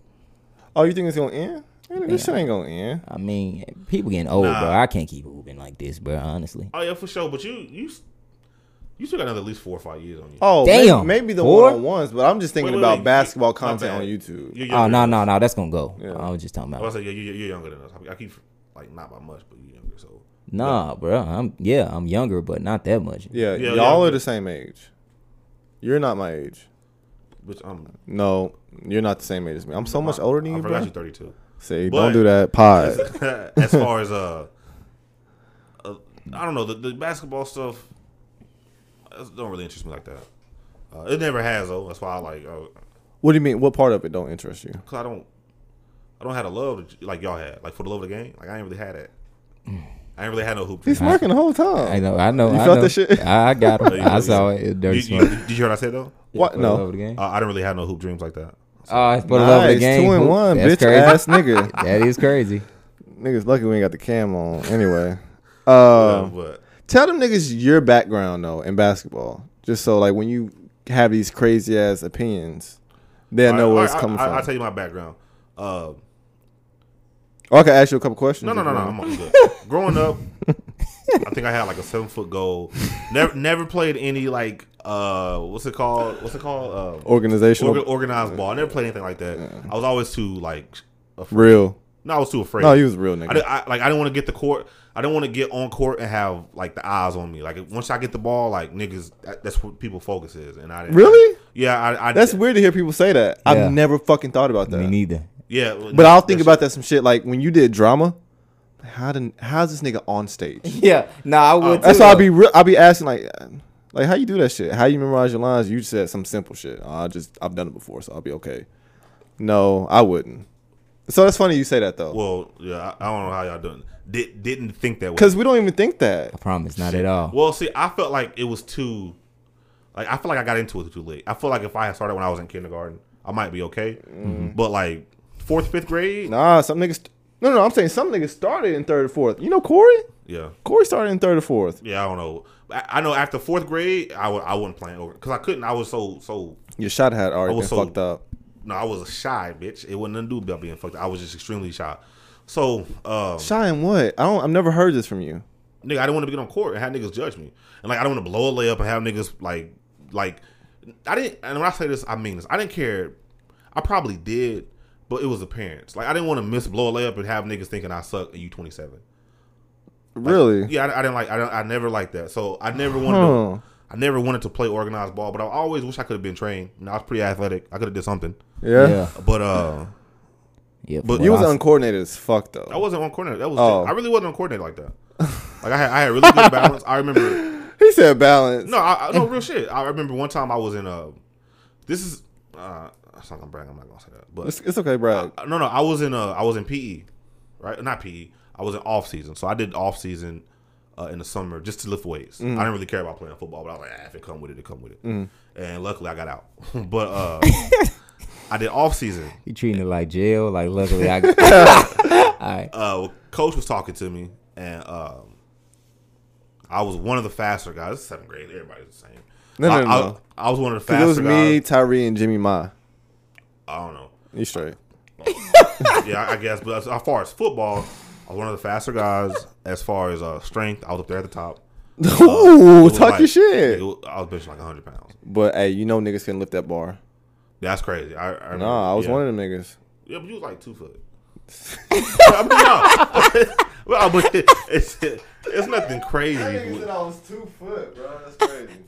Oh, you think it's gonna end? Man, this shit ain't gonna end. I mean, people getting old, bro. I can't keep moving like this, bro, honestly. Oh yeah, for sure. But you you you still got another at least four or five years on you. Oh, Damn. Damn. Maybe, the Four? one on ones, but I'm just thinking Wait, wait, about wait. basketball My content bad. on YouTube. You're Oh younger no, than no, us. no, that's gonna go. Yeah. I was just talking I was about like, yeah, you're, you're younger than us. I keep like not by much, but you're younger. So Nah, bro. I'm yeah, I'm younger, but not that much. Yeah, Yeah, y'all yeah. are the same age. You're not my age. which I'm No, you're not the same age as me. I'm so much older than I you, forgot bro. you're 32. See, But- don't do that. Pod. [laughs] as far as uh, uh, I don't know the, the basketball stuff. uh, Don't really interest me like that. Uh, it never has though. That's why I like uh, What do you mean? What part of it don't interest you? cause I don't I don't have the love that, y- like y'all had like for the love of the game. Like I ain't really had that. I ain't really had no hoop. He's dreams. smirking the whole I time. know, I know. You I felt know. that shit? I, I [laughs] got No, it. you I really- saw it. It You- dirty you- smoke. did you hear what I said though? What? Over No. Oh, the game. Uh, I didn't really have no hoop dreams like that. Oh, it's for the love of the Nice. game. Two and Who- one, That's bitch crazy. ass [laughs] nigga. That is [laughs] crazy. Niggas lucky we ain't got the cam on. [laughs] Anyway, uh, Uh, but tell them niggas your background though in basketball, just so like when you have these crazy ass opinions, they'll know where Alright, it's coming I, I, from. I'll tell you my background. Uh, or Oh, I can ask you a couple questions. no, no, if no, you no. want. I'm all good. [laughs] Growing up, I think I had like a seven foot goal. Never, never played any like uh, what's it called? What's it called? Uh, Organizational, orga- organized ball. I never played anything like that. I was always too like, afraid. real. no, I was too afraid. No, you was a real I, nigga. didn't- I- like I didn't want to get the court. I didn't want to get on court and have like the eyes on me. Like once I get the ball, like niggas, that, that's what people focus is. And I didn't, Really? yeah, I, I That's weird to hear people say that. Yeah. I've never fucking thought about that. Me neither. yeah. But I'll think about that some shit like when you did drama. How did how's this nigga on stage? Yeah. No, I would. That's why I'll be real. I'll be asking like, uh, like how you do that shit? How you memorize your lines? You said some simple shit. Oh, I just I've done it before, so I'll be okay. No, I wouldn't. So that's funny you say that though, Well, yeah, I, I don't know how y'all doing. Did, didn't think that way. because we don't even think that. I promise, not at all. Well, see, I felt like it was too. Like I feel like I got into it too late. I feel like if I had started when I was in kindergarten, I might be okay. But like fourth, fifth grade, Nah, some niggas No, no, I'm saying some niggas started in third or fourth. You know Corey? Yeah. Corey started in third or fourth. Yeah, I don't know. I, I know after fourth grade, I w- I wasn't playing over because I couldn't. I was so so. Your shot had I already been was so- fucked up. No, I was a shy bitch. It wasn't nothing to do about being fucked. up. I was just extremely shy. So, um, Shy and what? I don't. I've never heard this from you. nigga, I didn't want to get on court and have niggas judge me, and like I don't want to blow a layup and have niggas like like I didn't. And when I say this, I mean this. I didn't care. I probably did, but it was the parents. Like I didn't want to miss blow a layup and have niggas thinking I suck and you twenty seven. Really? Yeah, I, I didn't like. I, don't, I never liked that. So I never wanted. Huh. To, I never wanted to play organized ball, but I always wish I could have been trained. You know, I was pretty athletic. I could have did something. Yeah. But uh, [laughs] Yeah, from But what You was I s- uncoordinated as fuck though. I wasn't on coordinator. That was Oh. I really wasn't on coordinator like that. Like I had, I had really good [laughs] balance. I remember. he said balance. No, I, I- no real shit. I remember one time I was in a. This is. Uh, it's not gonna brag. I'm not gonna say that. But It's, it's okay, Brad. Uh, no, no, I was in uh, I was in PE, right? Not PE. I was in off season, so I did off season uh, in the summer just to lift weights. Mm. I didn't really care about playing football, but I was like, ah, if it come with it, it come with it. And luckily, I got out. [laughs] but uh, I did off season. you treating it like jail. Like luckily, [laughs] I. [laughs] All right. Uh, coach was talking to me, and um, I was one of the faster guys. It's seventh grade, everybody's the same. No, I, no, I, no. I was one of the Cause it faster was me, guys. Tyree, and Jimmy Ma. I don't know. You straight? yeah, I guess. But as, as far as football, I was one of the faster guys. As far as uh, strength, I was up there at the top. [laughs] Ooh, It was talk like- your shit. it was- I was benching like 100 pounds. But hey, you know niggas can lift that bar. That's crazy. I, I remember- Nah, I was yeah. one of them niggas. Yeah, but you was like two foot. [laughs] I mean, no. [laughs] well, but it, it's it's nothing crazy. I was two foot, bro. That's crazy. [laughs]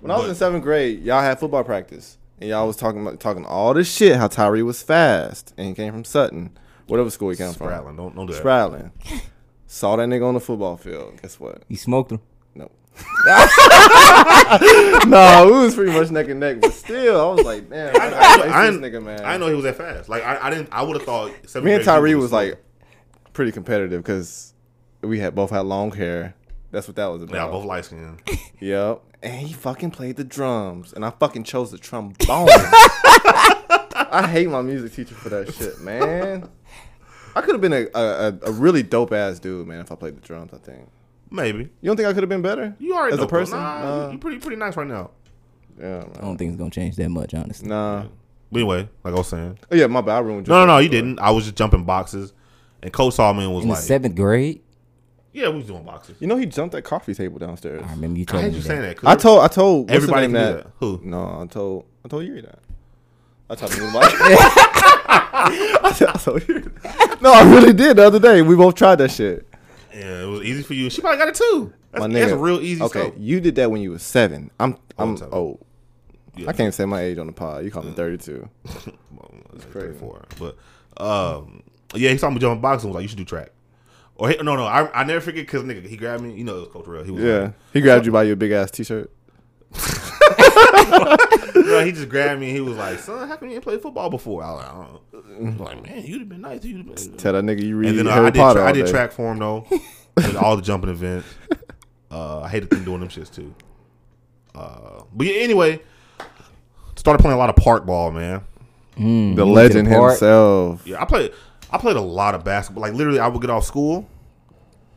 When I was But- in seventh grade, y'all had football practice, and y'all was talking about talking all this shit how Tyree was fast and he came from Sutton, whatever school he came Spratling, don't don't do that. from. Spratling. Saw that nigga on the football field. Guess what? You smoked him. No. [laughs] [laughs] no, we was pretty much neck and neck, but still, I was like, damn, I, I, I, like I, this didn't- nigga, man. I didn't know he was that fast. Like I, I didn't. I would have thought. seventh Me and grade, Tyree he was slow. like pretty competitive because we had both had long hair. That's what that was about. yeah, both light skinned. Yep. And he fucking played the drums, and I fucking chose the [laughs] trombone. I hate my music teacher for that shit, man. I could have been a, a, a- a really dope ass dude, man, if I played the drums. I think. Maybe You don't think I could have been better? you already as know, a person. uh, Nah, Nah. you pretty pretty nice right now. yeah, I man. don't think it's gonna change that much, honestly. Nah. But anyway, like I was saying. Oh yeah, my bad. I ruined your No, no, no, you didn't. I was just jumping boxes, and Coach saw me and was In the like, seventh grade, "Yeah, we was doing boxes." You know he jumped that coffee table downstairs. I remember you I telling hate me you that. saying that. 'cause I told I told what's everybody everybody name can do that. that. Who? No, I told I told Yuri that. I told him [laughs] like I said, [laughs] I told Yuri that. No, I really did the other day. We both tried that shit. Yeah, it was easy for you. She probably got it too. That's, My nigga. that's real easy Oh, Okay, stuff. you did that when you was seven. I'm I'm seven. old. Yeah. I can't say my age on the pod. You call me 32. It's crazy. But um, yeah, he saw me jumping boxing. Was like, "You should do track." Or he, no, no, I, I never forget because nigga, he grabbed me. You know, it was Coach Real. He was Yeah, he grabbed you by your big ass t-shirt. like, bro, he just grabbed me. and He was like, "Son, how come you ain't played football before?" I was like, I don't Mm-hmm. know. like, "Man, you'd have been nice. You'd have been." Tell that nigga you read And then uh, Harry I did, Potter. tra- all I did day. track for him [laughs] though. Did all the jumping events. Uh, I hated them doing them shits too. Uh, but yeah, anyway, started playing a lot of park ball, man. Mm, The you went to legend park. [laughs] himself. Yeah, I played. I played a lot of basketball. Like literally, I would get off school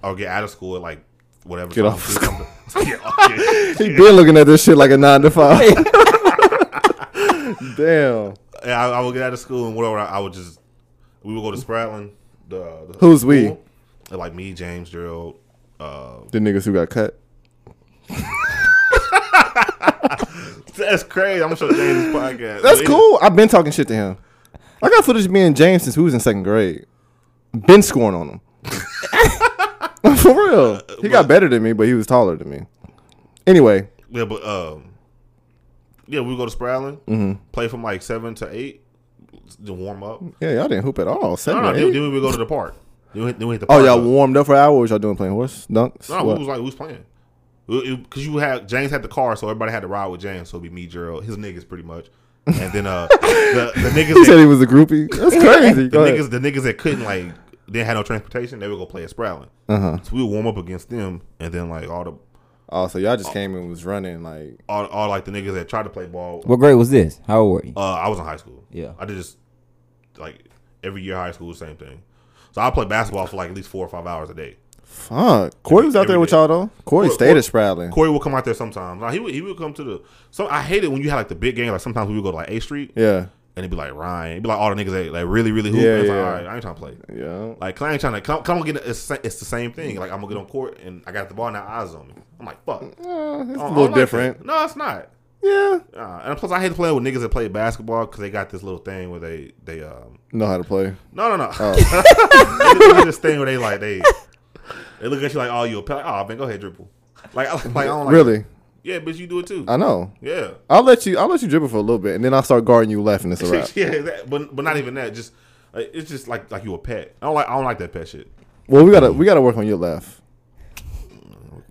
or get out of school at like whatever. Get time, off two something. [laughs] yeah, okay. He been looking at this shit like a nine to [laughs] five. [laughs] Damn. Yeah, I, I would get out of school and whatever. I, I would just we would go to Spratling. The, the Who's we? school. And, Like me, James, Gerald. Uh, [laughs] The niggas who got cut. that's crazy. I'm gonna show [laughs] James this podcast. That's But cool. I've been talking shit to him. I got footage of me and James since we was in second grade. Been scoring on him. [laughs] For real. He got better than me, but he was taller than me. Anyway, Yeah, but um, yeah, we go to Spratling, Mm-hmm. play from like seven to eight, to warm up. No, yeah, y'all didn't hoop at all. Seven, no, or then, eight? then we would go to the park. Then we, then we hit the Oh, park. y'all up. warmed up for an hour? What was y'all doing? Playing horse? Dunks? No, What? we was like we was playing. Because you had James had the car, so everybody had to ride with James. So it'd be me, Gerald, his niggas, pretty much, and [laughs] then uh, the, the he niggas, said that, he was a groupie. [laughs] That's crazy. the Go ahead. niggas, the niggas that couldn't like didn't have no transportation, they would go play at Sprouting. Uh-huh. So we would warm up against them, and then like all the Oh, so y'all just came and was running like all, all like the niggas that tried to play ball. What grade was this? How Oh, old were you? Uh, I was in high school. Yeah. I did just like every year high school, same thing. So I play basketball for like at least four or five hours a day. Fuck. Corey was out Every there with day. y'all though. Corey Cor- stayed Cor- at Spradlin. Corey will come out there sometimes. Like he would, he would come to the. So I hate it when you had like the big game. Like sometimes we would go to like A Street Yeah. and it'd be like Ryan, it'd be like all the niggas that like really really hoop. Yeah, and it's yeah. like, all right, I ain't trying to play. Yeah. Like, 'cause I ain't trying to come, come and get it. It's, sa- it's the same thing. Like, I'm gonna get on court and I got the ball now. Eyes on me. I'm Oh, like, fuck. It's it's a little different. No, it's not. Yeah. Uh, and plus, I hate playing with niggas that play basketball because they got this little thing where they they um Know how to play. no no no. Oh. [laughs] They do this thing where they like they they look at you like oh you a pe- oh man go ahead dribble like I- like I don't like really? yeah bitch you do it too I know. yeah I'll let you. I'll let you dribble for a little bit, and then I'll start guarding you left, and it's a wrap. [laughs] yeah that, but but not even that just like, it's just like like you a pet I don't like I don't like that pet shit Well, we gotta we gotta work on your left.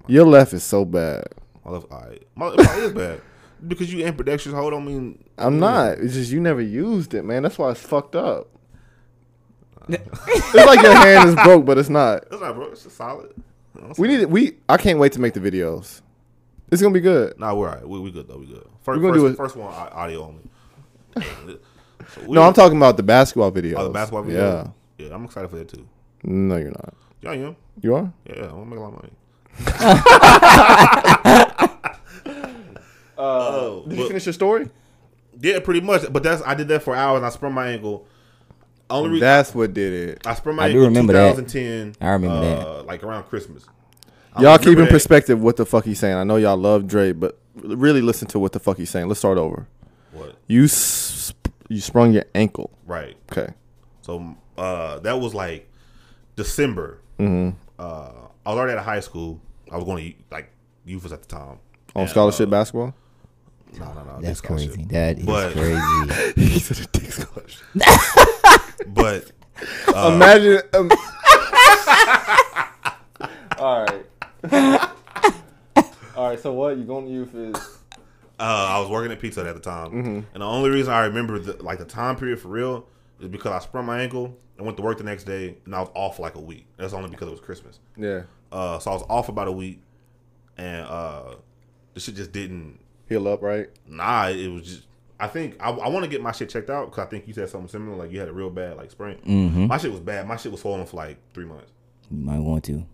Your left is so bad. I love all right my, my is bad because you in production hold on mean I'm not. It's just you never used it, man. That's why it's fucked [laughs] up. it's like your hand is broke, but it's not. that's not bro it's just solid We need. We. I can't wait to make the videos. It's gonna be good. nah we're all right we we good though we good 1st We're gonna first, do it- first one au- audio [laughs] only So we- No, I'm talking about the basketball videos. Oh, the basketball video. Yeah. I'm excited for that too. Yeah. No, you're not. Yeah, I am. You are. Yeah, I'm gonna make a lot of money. Oh, Did you but- finish your story? yeah, pretty much. But that's I did that for hours. And I sprained my ankle. Only reason That's what did it. I sprained my I ankle do in remember that. 2010. I remember uh, like around Christmas. I Y'all remember keep in that. perspective what the fuck he's saying. I know y'all love Dre, but really listen to what the fuck he's saying. Let's start over. What? You sp- you sprung your ankle. Right. Okay. So uh, that was like December. Mm-hmm. Uh, I was already out of high school. I was going to like youth at the time. On And, scholarship basketball. uh, no, no, no. That's big scholarship. [laughs] crazy. That is But- [laughs] crazy. he said a dick scholarship. [laughs] But Imagine. Um, [laughs] all right. [laughs] all right. So what you going to use is uh, I was working at Pizza Hut at the time, Mm-hmm. and the only reason I remember the, like the time period for real is because I sprained my ankle and went to work the next day, and I was off for like a week. That's only because it was Christmas, yeah. uh, so I was off about a week, and uh, the shit just didn't. Heal up, right? Nah, it was just. I think I, I want to get my shit checked out because I think you said something similar. Like you had a real bad like sprain. My shit was bad. My shit was swollen for like three months, [laughs] You might want to.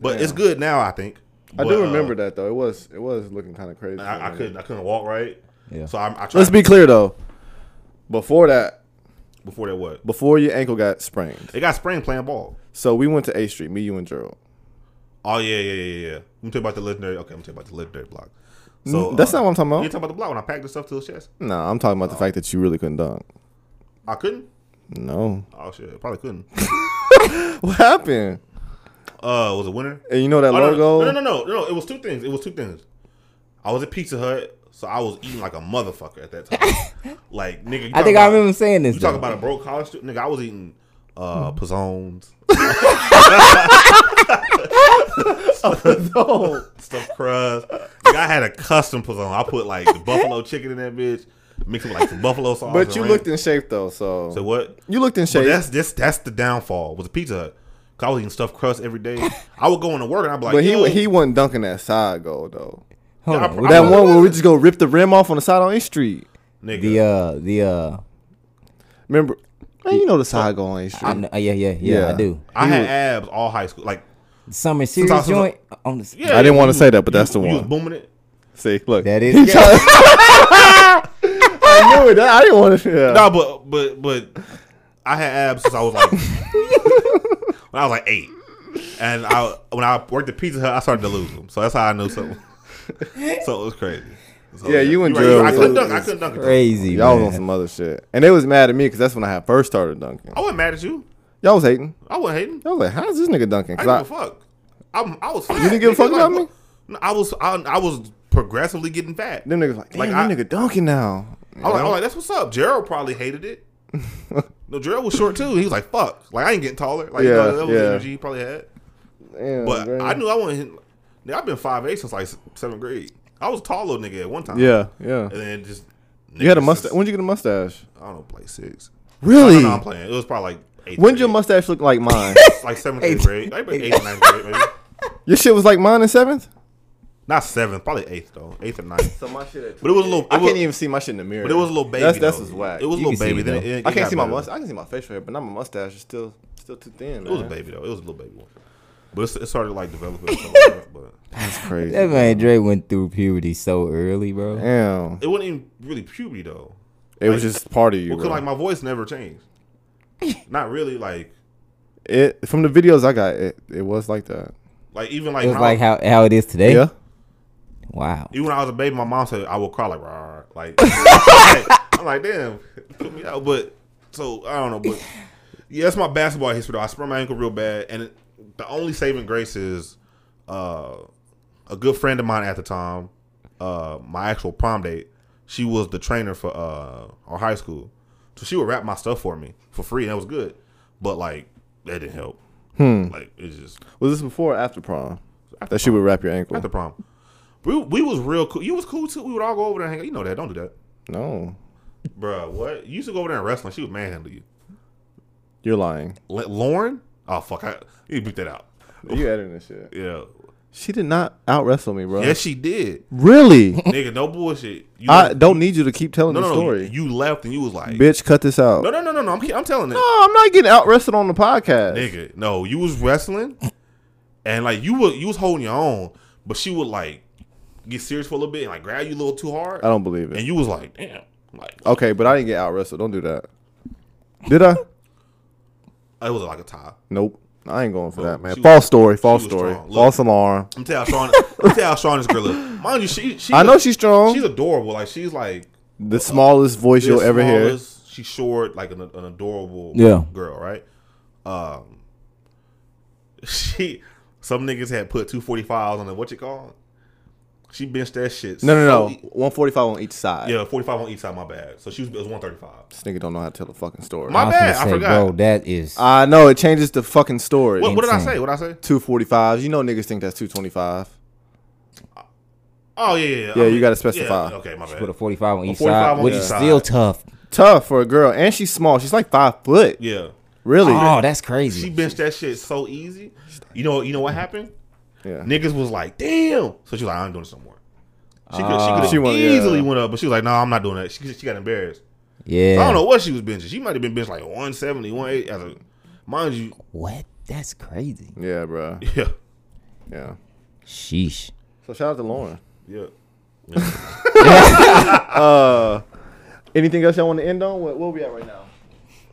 but it's good now. I think. I do remember that though. It was it was looking kind of crazy. that. I, I couldn't. I couldn't walk right. Yeah. So I, I tried Let's be clear though. Before that, before that. What? before your ankle got sprained, It got sprained playing ball. so we went to A Street. Me, you, and Gerald. Oh yeah, yeah, yeah, yeah. Let me tell you about the legendary. Okay, let me tell you about the legendary block. uh, Mm, that's not what I'm talking about. You talking about the block when I packed the stuff to the chest? No, I'm talking about the fact that you really couldn't dunk. I couldn't. [laughs] No. Oh shit, I [laughs] probably couldn't. What happened? Uh, it was a winner. And you know that Oh, no, logo? No, no, no, no, no. It was two things. It was two things. I was at Pizza Hut, so I was eating like a motherfucker at that time. like nigga, you I talk think I about- remember saying this. You talk though. Hmm. about a broke college student, nigga. I was eating uh [laughs] pizzones, [laughs] no. stuffed crust. Nigga, I had a custom pizzone. I put like the [laughs] buffalo chicken in that bitch, mixed it with like some buffalo sauce. But and you ranch. looked in shape though, so, so what? you looked in But shape. that's this that's the downfall with the Pizza Hut. Cause I was eating stuffed crust every day. I would go into work and I'd be like, But Yo, he he wasn't dunking that side goal though. Hold I- on, what I- That about wasn't- one where we just go rip the rim off on the side on A Street. nigga, the uh the uh Remember, man, you know the side goal on A Street. I kn- uh, yeah, yeah, yeah, Yeah. I do. I he had was- abs all high school. Like, Summer series I was- joint on the yeah, I didn't wanna you- say that, but that's the you- You was one. booming it. See, look, That is- He [laughs] tried- I knew it. I didn't want to. Yeah. No, but but but I had abs since [laughs] I was like when I was like eight, and I when I worked at Pizza Hut, I started to lose them. So that's how I [laughs] knew something. so it was crazy. So, Yeah, you and you're right, you're right. I Drew couldn't was- dunk. I couldn't dunk. Crazy. crazy. Y'all was man. on some other shit, and they was mad at me because that's when I had first started dunking. I wasn't mad at you. Y'all was hating. I wasn't hating. I was like, "How's this nigga dunking?" I 'Cause didn't give I, a fuck. I'm, I was. Fat. didn't give a nigga. fuck about me? No, I was. I, I was progressively getting fat. them niggas was like, "Damn, Like, that I- nigga dunking now." I was, like, I was like, that's what's up. Gerald probably [laughs] hated it. no, Gerald was short too. He was like, fuck. Like, I ain't getting taller. Like, you Yeah, know, that was yeah. the energy he probably had. Damn, But Dre. I knew I wasn't. hitting- Nigga, I've been 5'8 since like seventh grade. I was a tall little nigga at one time. Yeah, yeah. And then just. You had a niggas mustache. just- When'd you get a mustache? I don't know, play six. Really? No, no, no, I'm playing. It was probably like eighth When'd your grade. mustache look like [laughs] mine? [laughs] Like seventh eighth grade. Like, eighth, ninth grade, maybe. your shit was like mine in seventh. Not seventh, probably eighth though, eighth or ninth. So my shit. At But it was a little. I it was- can't even see my shit in the mirror. But it was a little baby. That's that's though. just whack. It was a You little can see baby. it, Then though. it- it I can't got see my better. must. I can see my facial hair, but not my mustache. It's still still too thin. It was a man. baby though. It was a little baby one. But it's, it started to, like developing. and stuff like that, but That's crazy. That man Dre went through puberty so early, bro. Damn. it wasn't even really puberty though. It was just part of you. Well, 'cause, bro. like my voice never changed. Not really like it from the videos I got, it, it was like that. like even like, It was how- like how how it is today. Yeah. Wow. even when I was a baby, my mom said I will cry like "Rawr," like I'm like- I'm like damn, put me out. But so I don't know, but yeah, that's my basketball history. Though. I sprained my ankle real bad, and it, the only saving grace is uh, a good friend of mine at the time, uh, my actual prom date. She was the trainer for uh, our high school, so she would wrap my stuff for me for free, and that was good. But like that didn't help. Like it's just Was this before or after prom? that she would wrap your ankle. not the problem. We, we was real cool. You was cool too. We would all go over there and hang out. You know that. Don't do that. no, Bruh, what? You used to go over there and wrestle. and She was manhandling you. you're lying. La- Lauren? Oh fuck! I you beat that out. You editing this shit. Yeah. She did not out wrestle me, bro. Yes, she did. [laughs] Really? Nigga, no bullshit. You I don't need you to keep telling no, the no, no. story. You, you left and you was like, Bitch, cut this out. no, No, no, no, no, no. I'm, ke- I'm telling it, I'm not getting out wrestled on the podcast. nigga. No, you was wrestling, and like you was you was holding your own, but she would like get serious for a little bit and like grab you a little too hard, I don't believe and it. you was like, damn, like Okay, but I didn't get out wrestled. Don't do that. Did I? it was like a tie. Nope. I ain't going for that, man. she was- False story. False was story. strong. Look. False alarm. I'm telling [laughs] you how strong. I'm telling you how strong this girl is. Mind you, she, she I know she's strong. she's adorable. Like she's like the smallest voice you'll the ever hear. smallest, She's short, like an, an adorable Yeah. girl, right? Um, she some niggas had put two forty fives on the what you call. She benched that shit. No, no, no. so- e, 145 on each side. yeah, forty five on each side. My bad. So she was, it was one thirty five. This nigga don't know how to tell a fucking story. My was bad. gonna I say, forgot. Bro, that is I know it changes the fucking story. What, what did I Insane. say? What did I say? Two forty five. You know niggas think that's two twenty five. Oh yeah, yeah. Yeah, I you mean, gotta specify. yeah, okay, my bad. put a forty five on each 45 side, on which each is side. still tough. Tough for a girl, and she's small. She's like five foot. yeah, Ah. Really? Oh, that's she crazy. benched that shit so easy. You know, you know what happened? yeah. Niggas was like, damn. So she was like, I'm doing this no more. She could, Ah. she She could went- have easily yeah. went up, but she was like, no, I'm not doing that. She, she got embarrassed. Yeah. I don't know what she was benching. She might have been benching like 170, 180. As a, mind you, [laughs] What? That's crazy. Yeah, bro. yeah, Yeah. Sheesh. So shout out to Lauren. yeah. Anything else y'all want to end on? What, where we at right now?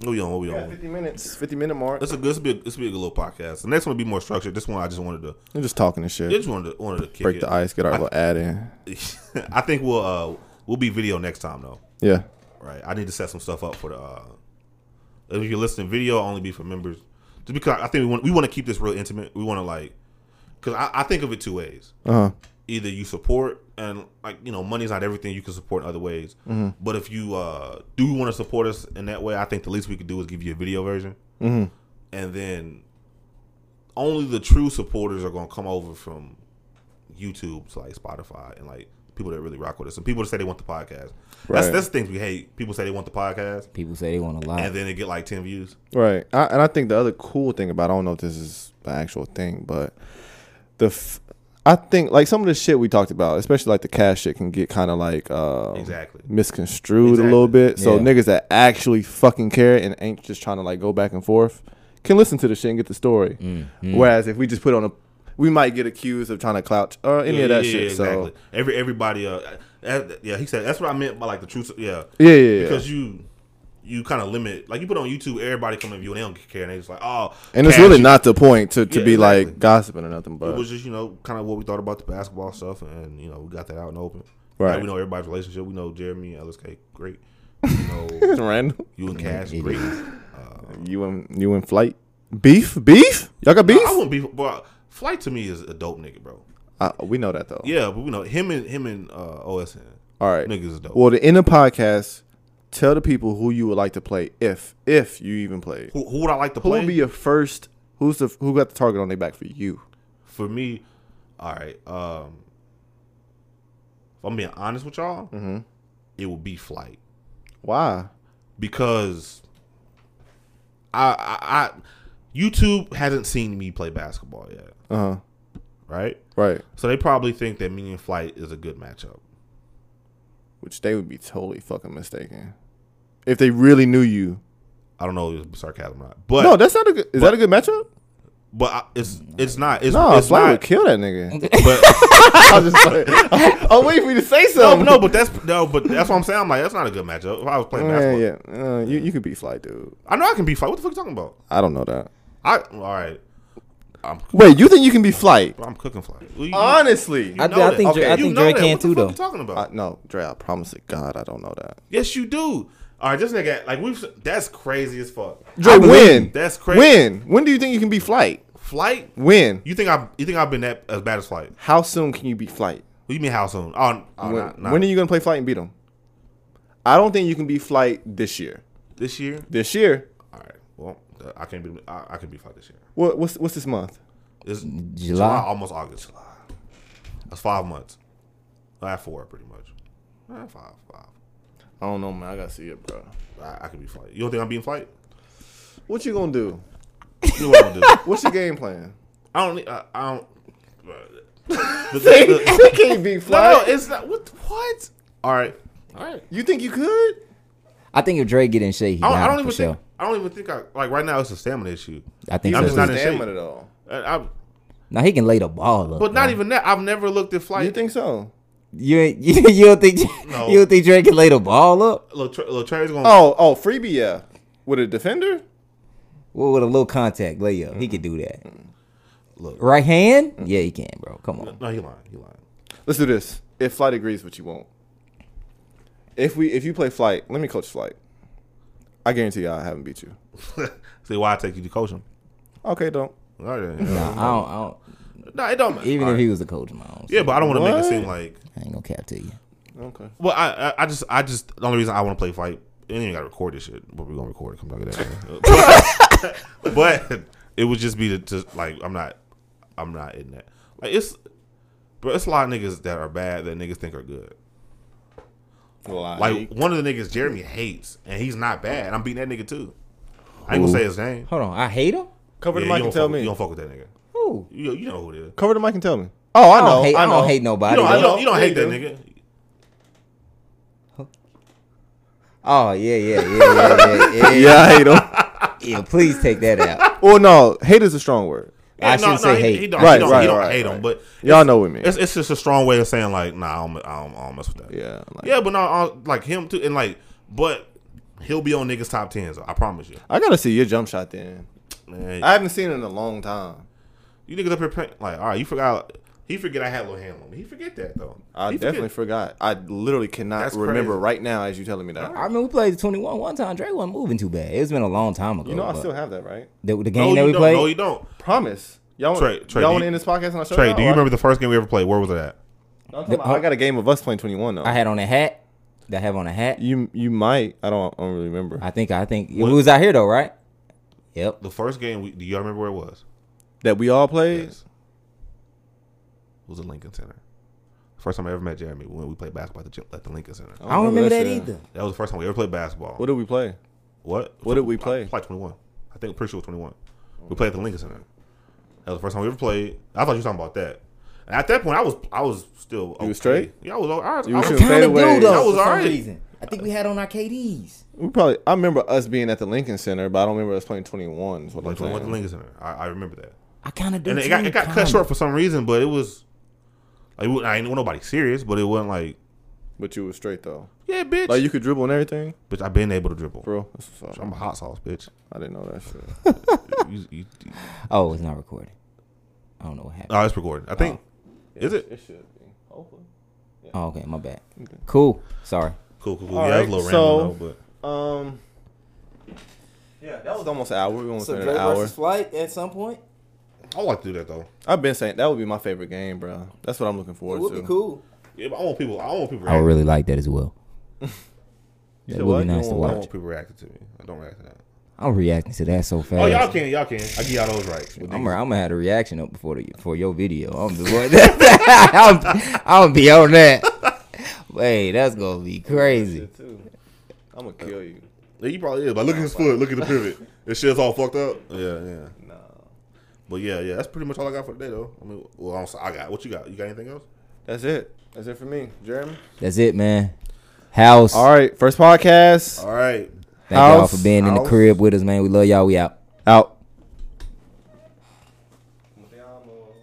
What we on? What we Yeah, on? fifty minutes. Fifty minute mark. It's a good, it's a big, it's a big little podcast. The next one will be more structured. This one I just wanted to, I'm just talking and I shit. just wanted to, wanted to kick Break it. the ice. Get our little ad in. [laughs] I think we'll, uh, we'll be video next time though. Yeah. Right. I need to set some stuff up for the. Uh, if you're listening, video will only be for members, just because I think we want we want to keep this real intimate. We want to like, because I, I think of it two ways. Uh huh. Either you support and like you know money's not everything. You can support in other ways. Mm-hmm. But if you uh, do want to support us in that way, I think the least we could do is give you a video version, Mhm. and then only the true supporters are gonna come over from YouTube to like Spotify and like people that really rock with us and people that say they want the podcast. That's Right. that's the things we hate. People say they want the podcast People say they want to lie. and then they get like 10 views. Right. I, and I think the other cool thing about I don't know if this is the actual thing, but the f- I think like some of the shit we talked about, especially like the cash shit, can get kind of like um, Exactly. misconstrued a little Exactly. bit. So Yeah. niggas that actually fucking care and ain't just trying to like go back and forth can listen to the shit and get the story. Whereas if we just put on a, we might get accused of trying to clout or any of that shit. So Every everybody uh that- yeah, he said that's what I meant by like the truth yeah. yeah, yeah, yeah. Because you you kind of limit like you put on YouTube everybody come and view and they don't care and they just like, "Oh." and it's cash. really not the point to, to Yeah, be like exactly. gossiping or nothing, but [laughs] it was just, you know, kind of what we thought about the basketball stuff and you know, we got that out and open. Right. Like, we know everybody's relationship. We know Jeremy and LSK [laughs] great. You know random. you and Cash It great. is. You in you in flight? Beef? Beef? Y'all got beef? I wouldn't be but Flight to me is a dope nigga, bro. Uh, we know that though. Yeah, but we know him and him and uh OSN. All right. Niggas is dope. Well, to end the podcast, tell the people who you would like to play if if you even play. who, who would I like to Who play? would be your first? Who's the who got the target on their back for you? for me, all right. Um, if I'm being honest with y'all, it would be flight Why? because I, I, I YouTube hasn't seen me play basketball yet, Uh huh. right? Right. So they probably think that Minion Flight is a good matchup. Which they would be totally fucking mistaken. If they really knew you. I don't know if it's sarcasm or not, but no, that's not a good is that a good matchup? but I, it's it's not. It's, No, it's Fly not. would kill that [laughs] nigga. But I was just [laughs] like, I- I'm waiting for you to say no, something. no, but that's no, but that's what I'm saying. I'm like, that's not a good matchup. If I was [laughs] playing Yeah, basketball, yeah. Uh, you, you could be Fly, dude. I know I can be Flight. What the fuck you talking about? I don't know that. I all right. I'm Wait, you think you can be Flight? I'm cooking Flight. Well, you- Honestly. I- know that. think Dre- I You think know Dre that. can What the too, fuck though. You talking about? I- no, Dre, I promise to God I don't know that. yes, you do. All right, this nigga, like we've that's crazy as fuck. Dre, I believe when? you. That's crazy. When? When do you think you can be Flight? Flight? When? You think I? You think I've been that as bad as Flight? How soon can you be Flight? What you mean how soon? Oh, oh When, nah, nah. when are you gonna play Flight and beat him? I don't think you can be Flight this year. this year? This year? All right. Well, uh, I can't be. I, I can be Flight this year. What, what's what's this month? It's July, July. almost August. That's five months. I have four pretty much. Eh, five, five. I don't know, man. I gotta see it, bro. I, I could be Flight. You don't think I'm being Flight? What you gonna do? You know what I'm [laughs] gonna do? What's your game [laughs] plan? I don't. need- I, I don't. The- the- they, the- they can't be no, no, Flight. it's not. What? What? All right. All right. you think you could? I think if Dre get in shape, he I don't, I got don't it for even sure. think. I don't even think I like right now. It's a stamina issue. I think I'm so. just not in shape. stamina though. Uh, I, now he can lay the ball up. but not bro. even that. I've never looked at flight. You think so? you. ain't- [laughs] You, you don't think No. you don't think Dre can lay the ball up? Latrell's gonna? Oh, oh, freebie, yeah. With a defender? Well, with a little contact lay up, he could do that. Look. Right hand? Yeah, he can, bro. Come on. No, he lying. He lying. [laughs] Let's do this. If Flight agrees, what you want? If we, if you play Flight, let me coach Flight. I guarantee you, I haven't beat you. See why I take you to coach him? Okay, don't. All right, Nah, I yeah. don't, I [laughs] don't, Nah, it don't matter. even All if right. he was a coach, man, I don't yeah, but I don't want to make What? it seem like. I ain't gonna cap to you. Okay. Well, I, I, I just, I just the only reason I want to play fight. We ain't even gotta record this shit, but we're gonna record it. Come back to that. [laughs] but it would just be to, to like, I'm not, I'm not in that. Like it's, bro, it's a lot of niggas that are bad that niggas think are good. Like, Like one of the niggas Jeremy hates, and he's not bad. I'm beating that nigga too. I ain't gonna say his name. Hold on, I hate him. cover the Yeah, you mic don't and tell fuck with- me. You don't fuck with that nigga. Who? You, you know who it is. cover the mic and tell me. Oh, I I know. don't I, hate. I, know. don't hate nobody. You don't, you though. don't, you don't Yeah, hate that you nigga. Oh yeah, yeah, yeah, yeah, [laughs] yeah. yeah. Yeah, I hate him. yeah please take that out. well, no, hate is a strong word. I shouldn't say he, hate. He don't, Right, he don't, right, he don't right, hate right. him, but Y'all know what I mean. it's, it's just a strong way of saying like, nah, I don't, I don't, I don't mess with that. Yeah. Like, Yeah, but no, I, like him too, and like, but he'll be on niggas top tens. I promise you. I gotta see your jump shot then. Man, I haven't seen it in a long time. you niggas up here playing, like, all right, you forgot. He forget I had Lil Hamlin. He forget that though. I He forget. definitely forgot. I literally cannot That's remember crazy. right now as you telling me that. I mean, we played twenty one one time. Dre wasn't moving too bad. It's been a long time ago. You know I but still have that, right? the, No, the game you that we don't. played. No, you don't. Promise. Y'all want Trey, Trey, do y'all want you- to end this podcast and I show Trey, y'all? do you remember the first game we ever played? Where was it at? I'm talking about- I got a game of us playing 21 though. I had on a hat. Did I have on a hat? you you might. I don't, I don't really remember. I think. I think we was out here though, right? Yep. The first game. We, do y'all remember where it was? that we all played. Yes. It was at Lincoln Center. First time I ever met Jeremy when we played basketball at the, gym- at the Lincoln Center. I don't remember that shit. either. That was the first time we ever played basketball. Oh. What did we play? What? What did we play? Oh, Probably 21. I think pretty sure it was 21. We played at the Lincoln Center. That was the first time we ever played. I thought you were talking about that. And at that point, I was I was still. Okay. was straight? Yeah, I was. all- I was, You I was was shooting Kinda fadeaways. do though. That was for some alright. reason. I think we had on our KDs. We probably. I remember us being at the Lincoln Center, but I don't remember us playing 21. Is what I'm like, we went to the saying. Lincoln Center. I, I remember that. I kind of do. And it got, too, it got cut kinda. short for some reason, but it was. Like, we- I ain't want nobody serious, but it wasn't like, But you were straight though. yeah, bitch. Like you could dribble and everything, bitch, I've been able to dribble. bro. That's what's up. I'm a hot sauce, bitch. I didn't know that shit. [laughs] you, you, you, Oh, it's not recorded. I don't know what happened. oh, it's recorded. I think. Is it? It should be. Hopefully. oh, okay, my bad. Cool. Sorry. Cool, cool, cool. All yeah, it was a right, little so- random, though, but. Um. Yeah, that was almost an hour. We almost So been Dre an hour. versus Flight at some point. I like to do that though. I've been saying that would be my favorite game, bro. That's what I'm looking forward It would to. be cool. Yeah, but I want people. I want people. I would reacting. really like that as [laughs] well. You That said would be what? nice You to want- I watch. want people reacting to me. I don't react to that. I'm reacting to that so fast. Oh, y'all can, y'all can. I give y'all those rights. With I'm, these. I'm gonna have a reaction up before the for your video. I'm the one that [laughs] I'm, I'm be on that. Wait, that's gonna be crazy. Shit, too. I'm Uh, gonna kill you. Yeah, you probably is. Like, look at his foot. Look at the pivot. This shit's all fucked up. Yeah, yeah. No. But yeah, yeah, that's pretty much all I got for today, though. I mean, well, I, don't- I got what you got. You got anything else? That's it. That's it for me, Jeremy. That's it, man. House. All right, first podcast All right. Thank y'all House. for being in the House. crib with us, man. We love y'all. We out. out.